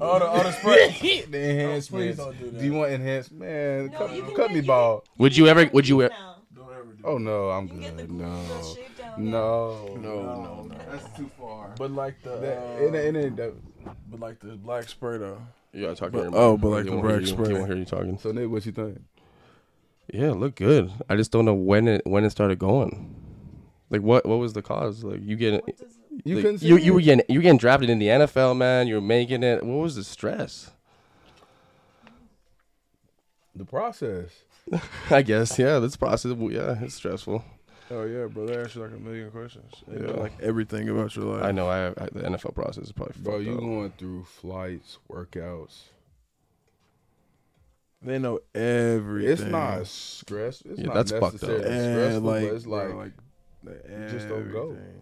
Speaker 4: Oh, the, oh, the spray.
Speaker 1: know. the enhancements.
Speaker 4: don't do
Speaker 1: do,
Speaker 4: that.
Speaker 1: you want enhanced? Man,
Speaker 3: No,
Speaker 1: cut,
Speaker 3: you can
Speaker 1: cut
Speaker 3: get-
Speaker 1: me
Speaker 3: you
Speaker 1: bald.
Speaker 2: Would you ever? Would you? e-
Speaker 3: Now.
Speaker 4: Don't ever do
Speaker 1: Oh no, I'm
Speaker 3: You can get the
Speaker 1: good.
Speaker 3: cool little
Speaker 1: No,
Speaker 3: shave down there.
Speaker 1: Oh, no,
Speaker 4: No, no, no.
Speaker 1: That's too far.
Speaker 4: But like the,
Speaker 1: That,
Speaker 4: uh,
Speaker 1: it, ain't- it ain't that.
Speaker 4: but like the black spray though.
Speaker 2: Yeah, talking.
Speaker 4: But-
Speaker 2: to your
Speaker 4: oh,
Speaker 2: mic.
Speaker 4: but like
Speaker 2: He
Speaker 4: the
Speaker 2: won't hear
Speaker 4: Rex
Speaker 2: you.
Speaker 4: spray.
Speaker 2: He won't hear you talking.
Speaker 1: So Nick, what you think?
Speaker 2: Yeah, look good. I just don't know when it when it started going. Like what what was the cause? Like you get
Speaker 3: What does it-
Speaker 1: You
Speaker 2: like,
Speaker 1: couldn't. see
Speaker 2: you
Speaker 1: it?
Speaker 2: you were getting you were getting drafted in the NFL, man. You were making it. What was the stress?
Speaker 1: the process.
Speaker 2: I guess yeah. This process, well, yeah, it's stressful.
Speaker 4: Oh yeah, bro. They ask you like a million questions. They know,
Speaker 2: Yeah.
Speaker 4: Like everything about your life.
Speaker 2: I know. I, I the NFL process is probably
Speaker 1: Bro,
Speaker 2: fucked
Speaker 1: you
Speaker 2: up.
Speaker 1: going through flights, workouts.
Speaker 4: They know everything.
Speaker 1: It's not stress. It's
Speaker 2: Yeah,
Speaker 1: not
Speaker 2: that's fucked
Speaker 1: necessarily
Speaker 2: up.
Speaker 4: And,
Speaker 1: stressful,
Speaker 4: like,
Speaker 1: but it's
Speaker 4: bro,
Speaker 1: like,
Speaker 4: like,
Speaker 1: just don't go.
Speaker 4: everything.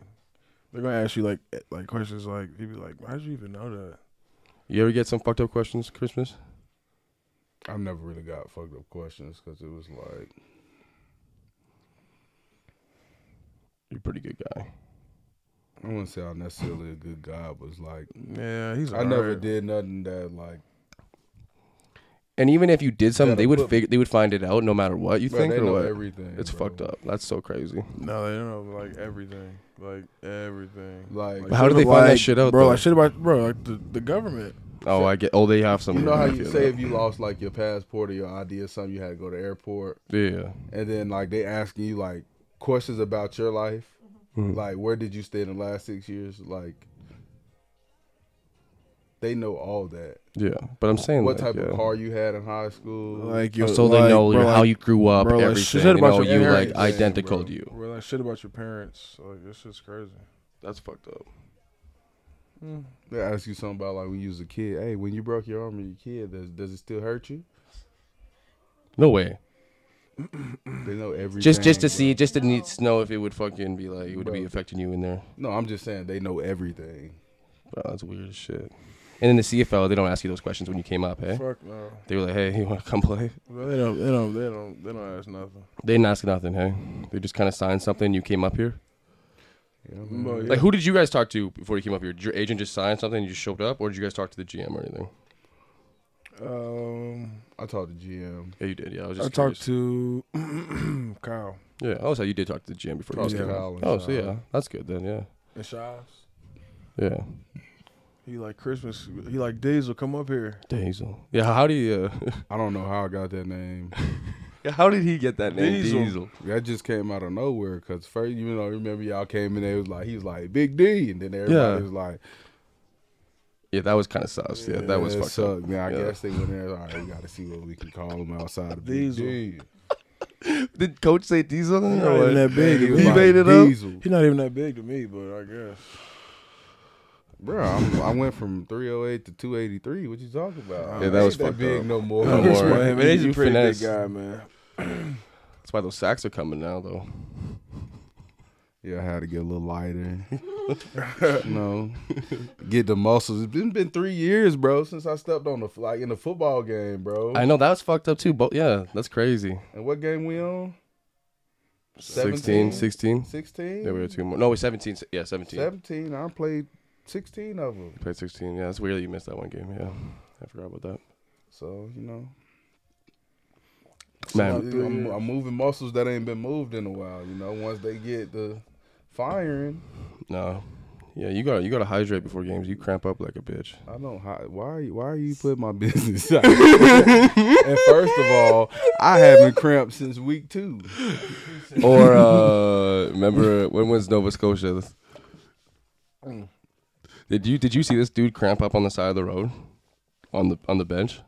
Speaker 4: They're gonna ask you like eh, like questions like you be like, how'd you even know that?
Speaker 2: You ever get some fucked up questions Christmas?
Speaker 1: I've never really got fucked up questions because it was like,
Speaker 2: You're a pretty good guy.
Speaker 1: I wouldn't say I'm necessarily a good guy, but it's like,
Speaker 4: Yeah, he's.
Speaker 1: I never
Speaker 4: alright.
Speaker 1: did nothing that like
Speaker 2: And even if you did something,
Speaker 1: Gotta
Speaker 2: they would
Speaker 1: put-
Speaker 2: figure they would find it out no matter what you
Speaker 1: Bro,
Speaker 2: think
Speaker 1: they
Speaker 2: or
Speaker 1: know
Speaker 2: what.
Speaker 1: everything.
Speaker 2: it's
Speaker 1: bro.
Speaker 2: fucked up. That's so crazy.
Speaker 4: No, they don't know like everything, like everything.
Speaker 1: Like,
Speaker 2: How do they find that shit out,
Speaker 4: bro?
Speaker 2: though?
Speaker 4: Like shit about bro, like the, the government.
Speaker 2: Oh, I get. Oh, they have some.
Speaker 1: you know how
Speaker 2: I
Speaker 1: you
Speaker 2: feel
Speaker 1: say
Speaker 2: that.
Speaker 1: if you lost like your passport or your ID or something, you had to go to the airport,
Speaker 2: Yeah.
Speaker 1: and then like they asking you like questions about your life,
Speaker 2: Mhm.
Speaker 1: like where did you stay in the last six years, like. They know all that.
Speaker 2: Yeah, but I'm saying
Speaker 1: What type
Speaker 2: like, yeah.
Speaker 1: of car you had in high school?
Speaker 4: Like
Speaker 2: Oh,
Speaker 4: you,
Speaker 2: so
Speaker 4: like,
Speaker 2: they know
Speaker 4: bro,
Speaker 2: your-
Speaker 4: like,
Speaker 2: how you grew up,
Speaker 4: bro, like,
Speaker 2: everything.
Speaker 4: shit
Speaker 2: They know
Speaker 4: about your
Speaker 2: you like
Speaker 4: parents,
Speaker 2: identical
Speaker 4: bro.
Speaker 2: to you.
Speaker 4: Bro, like shit about your parents. Like this shit's crazy.
Speaker 2: That's fucked up.
Speaker 1: They ask you something about like when you was a kid. Hey, when you broke your arm when you were a kid, does, does it still hurt you?
Speaker 2: No way.
Speaker 1: They know everything.
Speaker 2: Just just to
Speaker 1: bro.
Speaker 2: see, just to
Speaker 3: No.
Speaker 2: need to know if it would fucking be like it would be
Speaker 1: Bro.
Speaker 2: affecting you in there.
Speaker 1: No, I'm just saying they know everything.
Speaker 2: Bro, Oh, that's weird as shit. And in the CFL, they don't ask you those questions when you came up, hey?
Speaker 4: Fuck no.
Speaker 2: They were like, hey, you want to come play?
Speaker 4: Bro, they don't. They don't. They don't. They don't ask nothing.
Speaker 2: They didn't ask nothing, hey? They just kind of signed something. You came up here.
Speaker 1: Yeah, man.
Speaker 4: Bro, yeah.
Speaker 2: Like, who did you guys talk to before you came up here? Did your agent just sign something and you just showed up, or did you guys talk to the GM or anything?
Speaker 4: Um,
Speaker 1: I talked to GM.
Speaker 2: Yeah, you did. Yeah, I was
Speaker 4: I
Speaker 2: just.
Speaker 4: talked to Kyle
Speaker 2: Yeah, oh, so you did talk to the GM before.
Speaker 1: Talked
Speaker 2: you
Speaker 1: to
Speaker 2: came.
Speaker 1: Kyle and
Speaker 2: Oh, so
Speaker 1: Shives.
Speaker 2: yeah, that's good then. Yeah,
Speaker 4: and Shives.
Speaker 2: yeah.
Speaker 4: He like Christmas. He like Diesel. Come up here.
Speaker 2: Diesel. Yeah, how do you? Uh,
Speaker 1: I don't know how I got that name.
Speaker 2: Yeah, how did he get that name?
Speaker 4: Diesel.
Speaker 1: that just came out of nowhere. Cause first, you know, remember y'all came in there it was like he was like Big D, and then everybody
Speaker 2: Yeah.
Speaker 1: was like,
Speaker 2: Yeah, that was kind of sus. Yeah, that was
Speaker 1: "Yeah,
Speaker 2: fucked up.
Speaker 1: suck." Now I
Speaker 2: Yeah.
Speaker 1: guess they went there. All right, we got to see what we can call him outside of Big
Speaker 4: Diesel.
Speaker 1: D.
Speaker 2: Did coach say Diesel?
Speaker 4: He not even that big.
Speaker 1: He
Speaker 4: to
Speaker 1: was
Speaker 4: me.
Speaker 1: like,
Speaker 2: made it up?
Speaker 1: Diesel.
Speaker 4: He not even that big to me, but I guess.
Speaker 1: Bro, I'm, I went from 308 to 283. What you talking about?
Speaker 4: Yeah,
Speaker 2: that
Speaker 1: I
Speaker 2: was
Speaker 1: ain't that
Speaker 2: fucked
Speaker 1: big
Speaker 2: up.
Speaker 1: no more.
Speaker 2: No
Speaker 4: This
Speaker 2: more.
Speaker 4: one, man,
Speaker 2: You-
Speaker 4: he's
Speaker 2: you
Speaker 4: a pretty
Speaker 2: finesse.
Speaker 4: big guy, man.
Speaker 2: That's why those sacks are coming now, though.
Speaker 1: Yeah, I had to get a little lighter. you know, get the muscles. It's been, been three years, bro, since I stepped on the f- like in the football game, bro.
Speaker 2: I know that was fucked up too. But yeah, that's crazy.
Speaker 1: And what game we on?
Speaker 2: 16, 16.
Speaker 1: 16?
Speaker 2: Yeah, we were two more. No, we 17. Yeah, 17.
Speaker 1: 17. I played 16 of them.
Speaker 2: Played 16. Yeah, it's weird that you missed that one game. Yeah, I forgot about that.
Speaker 1: So, you know.
Speaker 2: Man,
Speaker 1: I'm, I'm- I'm moving muscles that ain't been moved in a while, you know. Once they get the firing,
Speaker 2: no. Yeah, you gotta you gotta hydrate before games. You cramp up like a bitch.
Speaker 1: I don't. Hi, why? are you- Why are you putting my business? out? and first of all, I haven't cramped since week two.
Speaker 2: Or uh remember when was Nova Scotia? Did you did you see this dude cramp up on the side of the road? On the on the bench?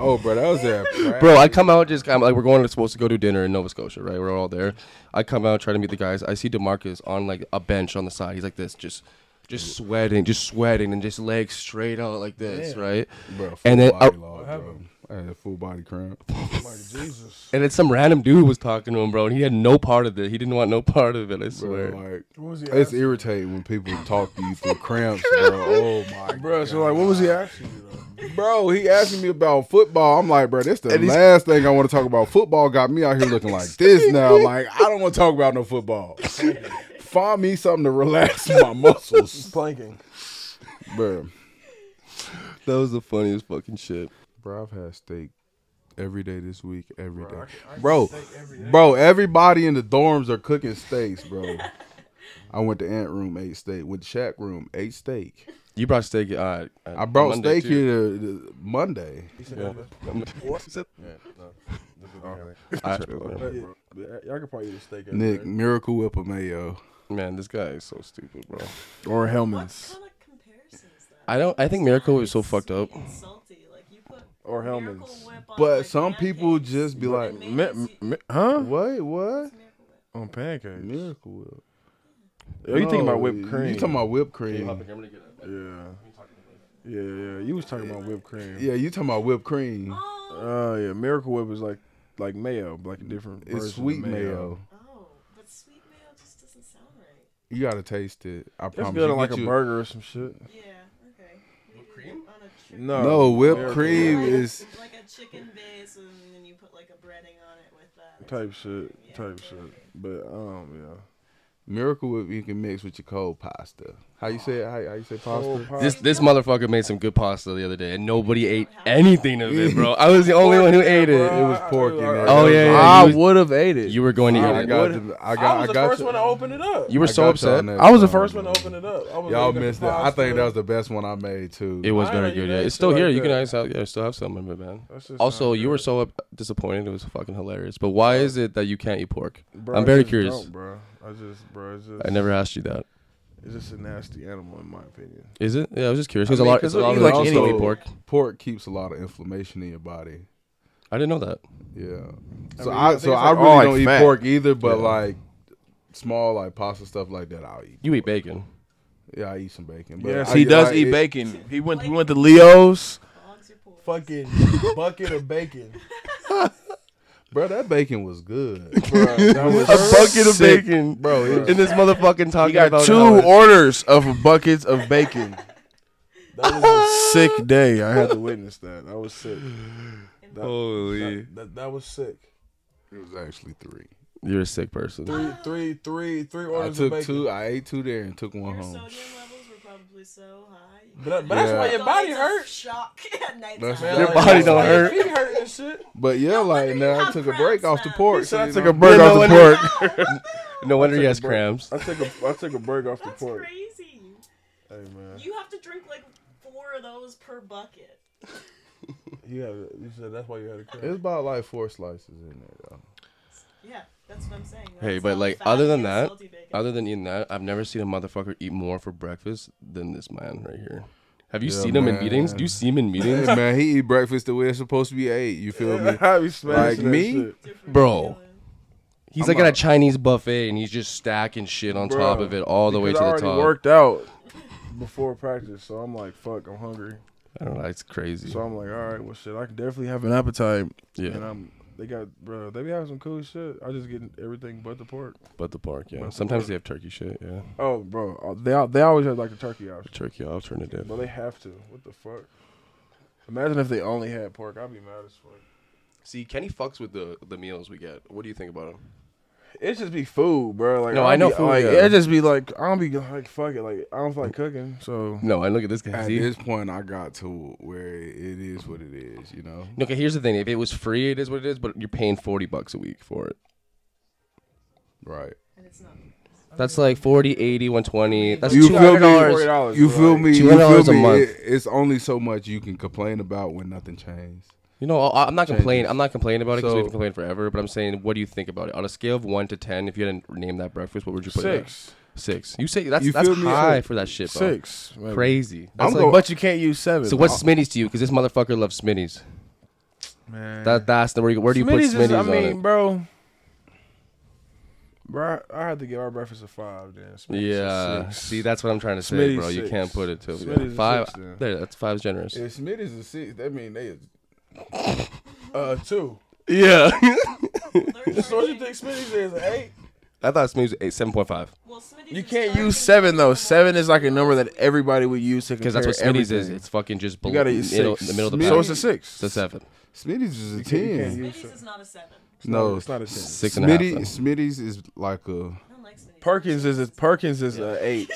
Speaker 1: Oh, bro, that was at practice.
Speaker 2: Bro, I come out just I'm like we're going to supposed to go to dinner in Nova Scotia, right? We're all there. I come out try to meet the guys. I see Demarcus on like a bench on the side. He's like this, just just sweating, just sweating, and just legs straight out like this, right?
Speaker 1: Bro, full
Speaker 2: And then oh.
Speaker 1: body
Speaker 2: I-
Speaker 1: log, bro. I had a full body cramp.
Speaker 4: Like Jesus.
Speaker 2: And then some random dude was talking to him, bro, and he had no part of it. He didn't want no part of it. I swear.
Speaker 1: Bro, like,
Speaker 4: What was he
Speaker 1: it's
Speaker 4: asking?
Speaker 1: irritating when people talk to you through cramps, bro. Oh my,
Speaker 4: Bro, so like, what was he asking you though?
Speaker 1: bro. He asking me about football. I'm like, bro, this the
Speaker 2: And he's-
Speaker 1: last thing I want to talk about. Football got me out here looking like this now. Like, I don't want to talk about no football. Find me something to relax my muscles,
Speaker 4: Planking.
Speaker 1: bro.
Speaker 2: That was the funniest fucking shit.
Speaker 1: Bro, I've had steak every day this week, every day.
Speaker 4: I can
Speaker 1: Bro,
Speaker 4: steak every day.
Speaker 1: bro, everybody in the dorms are cooking steaks, bro. I went to Ant Room, ate steak. Went to Shack Room, ate steak.
Speaker 2: You brought steak. Uh,
Speaker 1: I brought steak here to, to Monday.
Speaker 4: Oh. Y'all could probably eat a steak every
Speaker 1: Nick,
Speaker 4: day.
Speaker 1: Miracle Whip of Mayo.
Speaker 2: man, this guy is so stupid, bro.
Speaker 4: Or
Speaker 3: What
Speaker 4: Hellman's.
Speaker 3: kind of comparison is that?
Speaker 2: I don't. I think Miracle was so fucked up.
Speaker 3: Sweet and salty, like you put
Speaker 4: Or
Speaker 3: Miracle
Speaker 4: Hellman's.
Speaker 3: Whip on,
Speaker 1: But
Speaker 3: like,
Speaker 1: some people
Speaker 3: pancakes.
Speaker 1: just be like,
Speaker 3: Amazing.
Speaker 4: Mi- mi- huh?
Speaker 1: wait, what?
Speaker 3: Miracle Whip.
Speaker 4: On pancakes.
Speaker 1: Miracle Whip.
Speaker 4: Oh, you talking
Speaker 1: No,
Speaker 4: about whipped cream?
Speaker 1: You talking about whipped cream.
Speaker 4: Yeah. Yeah, yeah. You was talking about whipped cream.
Speaker 1: Yeah, you talking about whipped cream.
Speaker 3: Oh,
Speaker 4: Oh yeah, Miracle Whip is like like mayo, like a different. version
Speaker 1: It's
Speaker 4: of
Speaker 1: sweet mayo.
Speaker 3: oh, but sweet mayo just doesn't sound right.
Speaker 1: You gotta taste it. I
Speaker 4: It's
Speaker 1: promise.
Speaker 4: good
Speaker 1: you
Speaker 4: on like
Speaker 1: get
Speaker 4: a
Speaker 1: you-
Speaker 4: burger or some shit.
Speaker 3: Yeah, okay. Maybe
Speaker 2: cream?
Speaker 3: On a chicken.
Speaker 4: No,
Speaker 1: No, whipped
Speaker 4: Miracle
Speaker 1: cream
Speaker 3: like,
Speaker 1: is
Speaker 3: like a chicken base, and then you put like a breading on it with that. or
Speaker 4: type shit,
Speaker 3: Yeah.
Speaker 4: type shit. But um, yeah,
Speaker 1: Miracle whip you can mix with your cold pasta. How you say it? How, how you say
Speaker 4: Oh,
Speaker 1: pasta?
Speaker 2: This this motherfucker made some good pasta the other day, and nobody ate anything of it, bro. I was the only one who ate
Speaker 1: It
Speaker 2: it.
Speaker 1: was pork. in there.
Speaker 2: Oh, yeah, yeah,
Speaker 1: I
Speaker 2: you was-
Speaker 1: would have ate it.
Speaker 2: You were going to
Speaker 1: I
Speaker 2: eat it.
Speaker 1: got.
Speaker 4: Would-
Speaker 1: The, I got.
Speaker 4: I was the
Speaker 1: got
Speaker 4: first
Speaker 1: you-
Speaker 4: one to open it up.
Speaker 2: You were
Speaker 1: I got
Speaker 2: so
Speaker 1: y'all
Speaker 2: upset.
Speaker 1: next
Speaker 4: I was the
Speaker 1: time.
Speaker 4: first one to open it up. I was
Speaker 1: Y'all
Speaker 4: looking at
Speaker 1: missed
Speaker 4: the
Speaker 1: it. I
Speaker 4: prize
Speaker 1: think that
Speaker 4: tag.
Speaker 1: was the best one I made too.
Speaker 2: It was
Speaker 4: I
Speaker 2: very
Speaker 4: ain't
Speaker 2: good.
Speaker 4: eat
Speaker 2: Yeah,
Speaker 4: that
Speaker 2: it's still
Speaker 4: shit
Speaker 2: here.
Speaker 4: like
Speaker 2: You can
Speaker 4: that.
Speaker 2: always have, yeah, still have some of it, man.
Speaker 4: That's just
Speaker 2: Also,
Speaker 4: not
Speaker 2: you were
Speaker 4: good.
Speaker 2: so up- disappointed. It was fucking hilarious. But why is it that you can't eat pork?
Speaker 4: Bro,
Speaker 2: I'm
Speaker 4: I
Speaker 2: very
Speaker 4: just
Speaker 2: curious.
Speaker 4: don't, bro. I just, bro, it's just,
Speaker 2: I never asked you that.
Speaker 4: It's just a nasty animal, in my opinion.
Speaker 2: Is it? Yeah, I was just curious.
Speaker 4: I
Speaker 2: Because a
Speaker 4: mean,
Speaker 2: lot,
Speaker 4: 'cause
Speaker 2: a lot
Speaker 4: you
Speaker 2: of
Speaker 4: like
Speaker 2: people still
Speaker 4: anything.
Speaker 2: eat pork.
Speaker 1: Pork keeps a lot of inflammation in your body.
Speaker 2: I didn't know that.
Speaker 1: Yeah. So
Speaker 4: mean,
Speaker 1: I,
Speaker 4: I think
Speaker 1: so
Speaker 4: it's
Speaker 1: I
Speaker 4: like
Speaker 1: really
Speaker 4: all, like,
Speaker 1: don't eat
Speaker 4: fat.
Speaker 1: pork either, but like small like pasta stuff like that, I'll eat.
Speaker 2: You eat bacon.
Speaker 1: Yeah, I eat some bacon. But
Speaker 4: Yes,
Speaker 1: I-
Speaker 4: he does
Speaker 1: like,
Speaker 4: eat
Speaker 1: it-
Speaker 4: bacon. He went, we went to Leo's.
Speaker 3: Hogs or pork?
Speaker 4: Fucking bucket of bacon.
Speaker 1: Bro, that bacon was good.
Speaker 2: A bucket of
Speaker 4: Sick.
Speaker 2: bacon,
Speaker 1: Bro, it was-
Speaker 2: And this motherfucking
Speaker 4: He
Speaker 2: talking
Speaker 4: got
Speaker 2: about
Speaker 4: two
Speaker 2: how it-
Speaker 4: orders of buckets of bacon.
Speaker 1: That
Speaker 4: sick day. I had to witness that. That was sick. That-
Speaker 2: Holy,
Speaker 4: That, that, that was sick.
Speaker 1: it was actually three.
Speaker 2: you're a sick person.
Speaker 4: Three, three, three, three
Speaker 1: I
Speaker 4: orders of
Speaker 1: took
Speaker 4: bacon.
Speaker 1: two. I ate two there and took one
Speaker 3: Your
Speaker 1: home.
Speaker 3: sodium levels were probably so high.
Speaker 4: But, that- but that's
Speaker 1: Yeah.
Speaker 4: why your body
Speaker 3: It's a
Speaker 4: hurts.
Speaker 3: Shock at nighttime.
Speaker 1: That's-
Speaker 4: Man,
Speaker 1: Your
Speaker 4: like,
Speaker 2: body don't
Speaker 4: like,
Speaker 2: hurt.
Speaker 4: Your feet hurt and shit.
Speaker 1: But yeah, like
Speaker 3: wonder you
Speaker 1: now I
Speaker 3: have
Speaker 1: took a break
Speaker 3: cramps
Speaker 1: off the
Speaker 3: now.
Speaker 1: pork.
Speaker 4: So I
Speaker 1: you
Speaker 4: took
Speaker 1: know?
Speaker 4: a break
Speaker 2: Yeah,
Speaker 4: off
Speaker 2: no
Speaker 4: the
Speaker 2: wonder-
Speaker 4: pork.
Speaker 2: No wonder he
Speaker 4: took a
Speaker 2: has
Speaker 4: break.
Speaker 2: cramps.
Speaker 4: I took a I took a break off the
Speaker 3: That's
Speaker 4: pork.
Speaker 3: crazy.
Speaker 4: Hey man,
Speaker 3: You have to drink like four of those per bucket.
Speaker 4: you had a, you said that's why you had a
Speaker 1: It's
Speaker 4: cramp.
Speaker 1: about like four slices in there though.
Speaker 3: Yeah, that's what I'm saying.
Speaker 2: Hey,
Speaker 3: That's
Speaker 2: but,
Speaker 3: how
Speaker 2: like,
Speaker 3: fat
Speaker 2: other than
Speaker 3: and
Speaker 2: that-
Speaker 3: salty bacon
Speaker 2: Other than eating that, I've never seen a motherfucker eat more for breakfast than this man right here. Have you
Speaker 1: Yeah,
Speaker 2: seen him in meetings? Do you
Speaker 1: man.
Speaker 2: see him in meetings,
Speaker 1: Hey, man, he eat breakfast the way it's supposed to be ate. You feel me?
Speaker 4: I be smashing
Speaker 1: Like
Speaker 4: that
Speaker 1: me?
Speaker 4: shit.
Speaker 3: is different
Speaker 2: bro.
Speaker 3: feeling.
Speaker 2: He's
Speaker 1: I'm
Speaker 2: like at a
Speaker 1: out.
Speaker 2: Chinese buffet and he's just stacking shit on top
Speaker 4: Bruh,
Speaker 2: of it all the way to
Speaker 4: Because
Speaker 2: the
Speaker 4: I already
Speaker 2: top.
Speaker 4: worked out before practice, so I'm like, fuck, I'm hungry.
Speaker 2: I don't know. It's crazy.
Speaker 4: So I'm like, all right, well, shit, I can definitely have an appetite.
Speaker 2: yeah,
Speaker 4: And I'm, they got, bro, they be having some cool shit. I just get everything but the pork.
Speaker 2: but the pork. Yeah,
Speaker 4: but the
Speaker 2: sometimes
Speaker 4: pork.
Speaker 2: they have turkey shit. Yeah,
Speaker 4: Oh, bro, uh, they al- they always have like the turkey option,
Speaker 2: turkey alternative.
Speaker 4: but they have to. What the fuck? Imagine if they only had pork, I'd be mad as fuck.
Speaker 2: See, Kenny fucks with the the meals we get. What do you think about him?
Speaker 4: It just be food, bro. Like
Speaker 2: No,
Speaker 4: I'll
Speaker 2: I know
Speaker 4: be-
Speaker 2: food,
Speaker 4: Like,
Speaker 2: yeah.
Speaker 4: It just be like I don't be like fuck it. Like I don't feel like cooking, so
Speaker 2: No, I look at this guy.
Speaker 1: At
Speaker 2: See?
Speaker 1: this point, I got to where it is what it is. You know.
Speaker 2: Okay, here's the thing. If it was free, it is what it is. But you're paying forty bucks a week for it.
Speaker 1: Right.
Speaker 3: And it's not.
Speaker 2: That's like 40, 80, 120. That's
Speaker 1: you
Speaker 2: two
Speaker 1: feel
Speaker 2: hundred
Speaker 1: me?
Speaker 2: dollars.
Speaker 4: $40,
Speaker 1: You
Speaker 4: bro.
Speaker 1: feel me? You
Speaker 2: $200
Speaker 1: feel
Speaker 2: a
Speaker 1: me?
Speaker 2: month.
Speaker 1: It- it's only so much you can complain about when nothing changes.
Speaker 2: You know, I, I'm not
Speaker 1: Changes.
Speaker 2: complaining. I'm not complaining about it because
Speaker 1: So-
Speaker 2: we've complained forever. But I'm saying, what do you think about it on a scale of one to ten? If you had to name that breakfast, what would you put it at?
Speaker 4: six,
Speaker 2: Six. You say that's
Speaker 1: You
Speaker 2: that's
Speaker 1: feel me?
Speaker 2: high for that shit, bro.
Speaker 4: six, maybe.
Speaker 2: Crazy. That's
Speaker 1: I'm
Speaker 2: like-
Speaker 1: going-
Speaker 4: But you can't use seven.
Speaker 2: so what's Smitty's to you? Because this motherfucker loves Smitty's.
Speaker 4: man?
Speaker 2: That that's the where you, where do you
Speaker 4: Smitty's
Speaker 2: put Smitty's
Speaker 4: Is, I
Speaker 2: on
Speaker 4: mean,
Speaker 2: it?
Speaker 4: bro. Bro, I I had to give our breakfast a five then. Smitty's is
Speaker 2: Yeah.
Speaker 4: six.
Speaker 2: See, that's what I'm trying to say,
Speaker 4: Smitty's
Speaker 2: bro. You
Speaker 4: six.
Speaker 2: can't put it to
Speaker 4: Smitty's a
Speaker 2: five.
Speaker 4: six, then.
Speaker 2: there, that's five's generous.
Speaker 1: If Smith is a six, that mean they.
Speaker 4: uh two.
Speaker 2: Yeah.
Speaker 4: So what you think Smitty's is an eight?
Speaker 2: I thought Smitty's eight seven point five
Speaker 3: Well, Smitty's
Speaker 4: You
Speaker 3: is
Speaker 4: can't
Speaker 3: starting
Speaker 4: use seven though.
Speaker 3: with
Speaker 4: Seven is like a number that everybody would use to
Speaker 2: because
Speaker 4: compare
Speaker 2: that's what Smitty's is.
Speaker 4: everything.
Speaker 2: It's fucking just
Speaker 4: You
Speaker 2: below
Speaker 4: gotta
Speaker 2: middle,
Speaker 4: use six.
Speaker 2: the middle of the
Speaker 1: Smitty's-
Speaker 2: pack.
Speaker 4: So it's a
Speaker 2: It's
Speaker 4: six.
Speaker 2: a seven.
Speaker 1: Smitty's is a
Speaker 4: You can't- you can't
Speaker 1: ten.
Speaker 4: use
Speaker 3: Smitty's is not a seven.
Speaker 1: No,
Speaker 4: it's not a ten.
Speaker 2: Six and a half.
Speaker 1: Smitty,
Speaker 2: then.
Speaker 1: Smitty's is like a.
Speaker 3: I don't like Smitty's.
Speaker 4: Perkins is a, Perkins is a eight.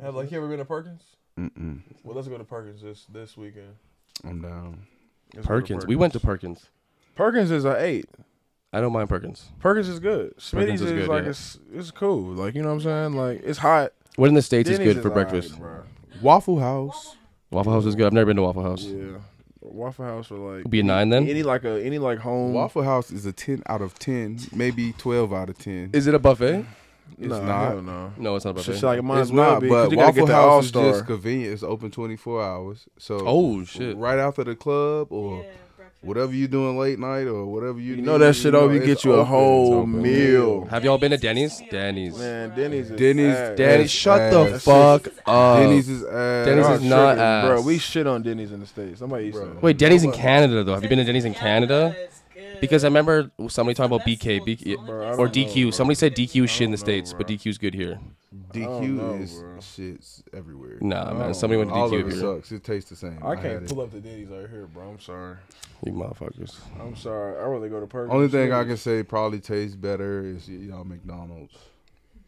Speaker 4: Have like you ever been to Perkins?
Speaker 1: Mm-mm,
Speaker 4: Well, let's go to Perkins this this weekend.
Speaker 1: I'm down.
Speaker 4: Let's go to
Speaker 2: Perkins. We went to Perkins.
Speaker 4: Perkins is a eight.
Speaker 2: I don't mind Perkins.
Speaker 4: Perkins is good. Smitty's
Speaker 2: Perkins
Speaker 4: is,
Speaker 2: is good,
Speaker 4: like
Speaker 2: yeah.
Speaker 4: it's it's cool. Like you know what I'm saying? Like it's hot.
Speaker 2: What in the states is
Speaker 4: Denny's
Speaker 2: good for
Speaker 4: alright,
Speaker 2: breakfast?
Speaker 4: bruh.
Speaker 1: Waffle House.
Speaker 2: Waffle House is good. I've never been to Waffle House.
Speaker 4: Yeah, Waffle House or like
Speaker 2: It'd be a nine then.
Speaker 4: any like a any like home.
Speaker 1: Waffle House is a ten out of ten, maybe twelve out of ten.
Speaker 2: Is it a buffet?
Speaker 1: it's
Speaker 4: no,
Speaker 1: not.
Speaker 4: hell no.
Speaker 2: No, it's not a
Speaker 4: It's
Speaker 2: buffet.
Speaker 4: just like it might
Speaker 1: It's
Speaker 4: as well
Speaker 1: not,
Speaker 4: be, 'cause
Speaker 1: but
Speaker 4: you gotta get
Speaker 1: Waffle
Speaker 4: the
Speaker 1: House is
Speaker 4: All-Star.
Speaker 1: just convenient. It's open twenty four hours. So
Speaker 2: oh shit.
Speaker 1: right after the club
Speaker 3: Yeah,
Speaker 1: or
Speaker 3: breakfast.
Speaker 1: whatever you doing late night or whatever you,
Speaker 4: You
Speaker 1: need,
Speaker 4: know that shit over, you
Speaker 1: it's
Speaker 4: get you a
Speaker 1: open, it's
Speaker 4: whole
Speaker 1: open.
Speaker 4: meal.
Speaker 2: Have y'all been to
Speaker 3: Denny's
Speaker 2: Denny's?
Speaker 3: used
Speaker 2: Denny's.
Speaker 3: to be open
Speaker 4: Man, Denny's is
Speaker 1: Denny's-
Speaker 4: ass.
Speaker 1: Denny's
Speaker 2: Denny's, shut the
Speaker 1: ass.
Speaker 2: fuck up.
Speaker 1: Denny's is ass.
Speaker 2: Denny's
Speaker 4: Y'all
Speaker 2: is not
Speaker 4: tripping, bro.
Speaker 2: ass.
Speaker 4: We shit on Denny's in the states. Somebody used to.
Speaker 1: Bruh.
Speaker 2: Wait, Denny's in Canada though. Have you been to Denny's in
Speaker 3: Yeah,
Speaker 2: Canada?
Speaker 3: it's good.
Speaker 2: Because I remember somebody talking about
Speaker 3: That's
Speaker 2: BK,
Speaker 3: cool.
Speaker 2: BK
Speaker 3: It's the
Speaker 4: Bro,
Speaker 3: only
Speaker 4: I
Speaker 3: place
Speaker 2: or
Speaker 3: I've ever
Speaker 2: DQ.
Speaker 3: been.
Speaker 2: Somebody said DQ is shit in the
Speaker 4: know,
Speaker 2: states, but
Speaker 4: bro.
Speaker 2: DQ's good here.
Speaker 1: DQ
Speaker 4: know,
Speaker 1: is
Speaker 4: bro.
Speaker 1: shit's everywhere.
Speaker 2: Nah,
Speaker 4: Oh,
Speaker 2: man. Somebody went to
Speaker 1: All of it
Speaker 2: DQ here.
Speaker 1: sucks. It tastes the same.
Speaker 4: I
Speaker 1: had
Speaker 4: can't
Speaker 1: it.
Speaker 4: pull up the ditties right here, bro. I'm sorry.
Speaker 2: You motherfuckers.
Speaker 4: I'm sorry. I rather go to Perkins.
Speaker 1: Only thing I
Speaker 4: Chili's.
Speaker 1: can say probably tastes better is y- y'all McDonald's.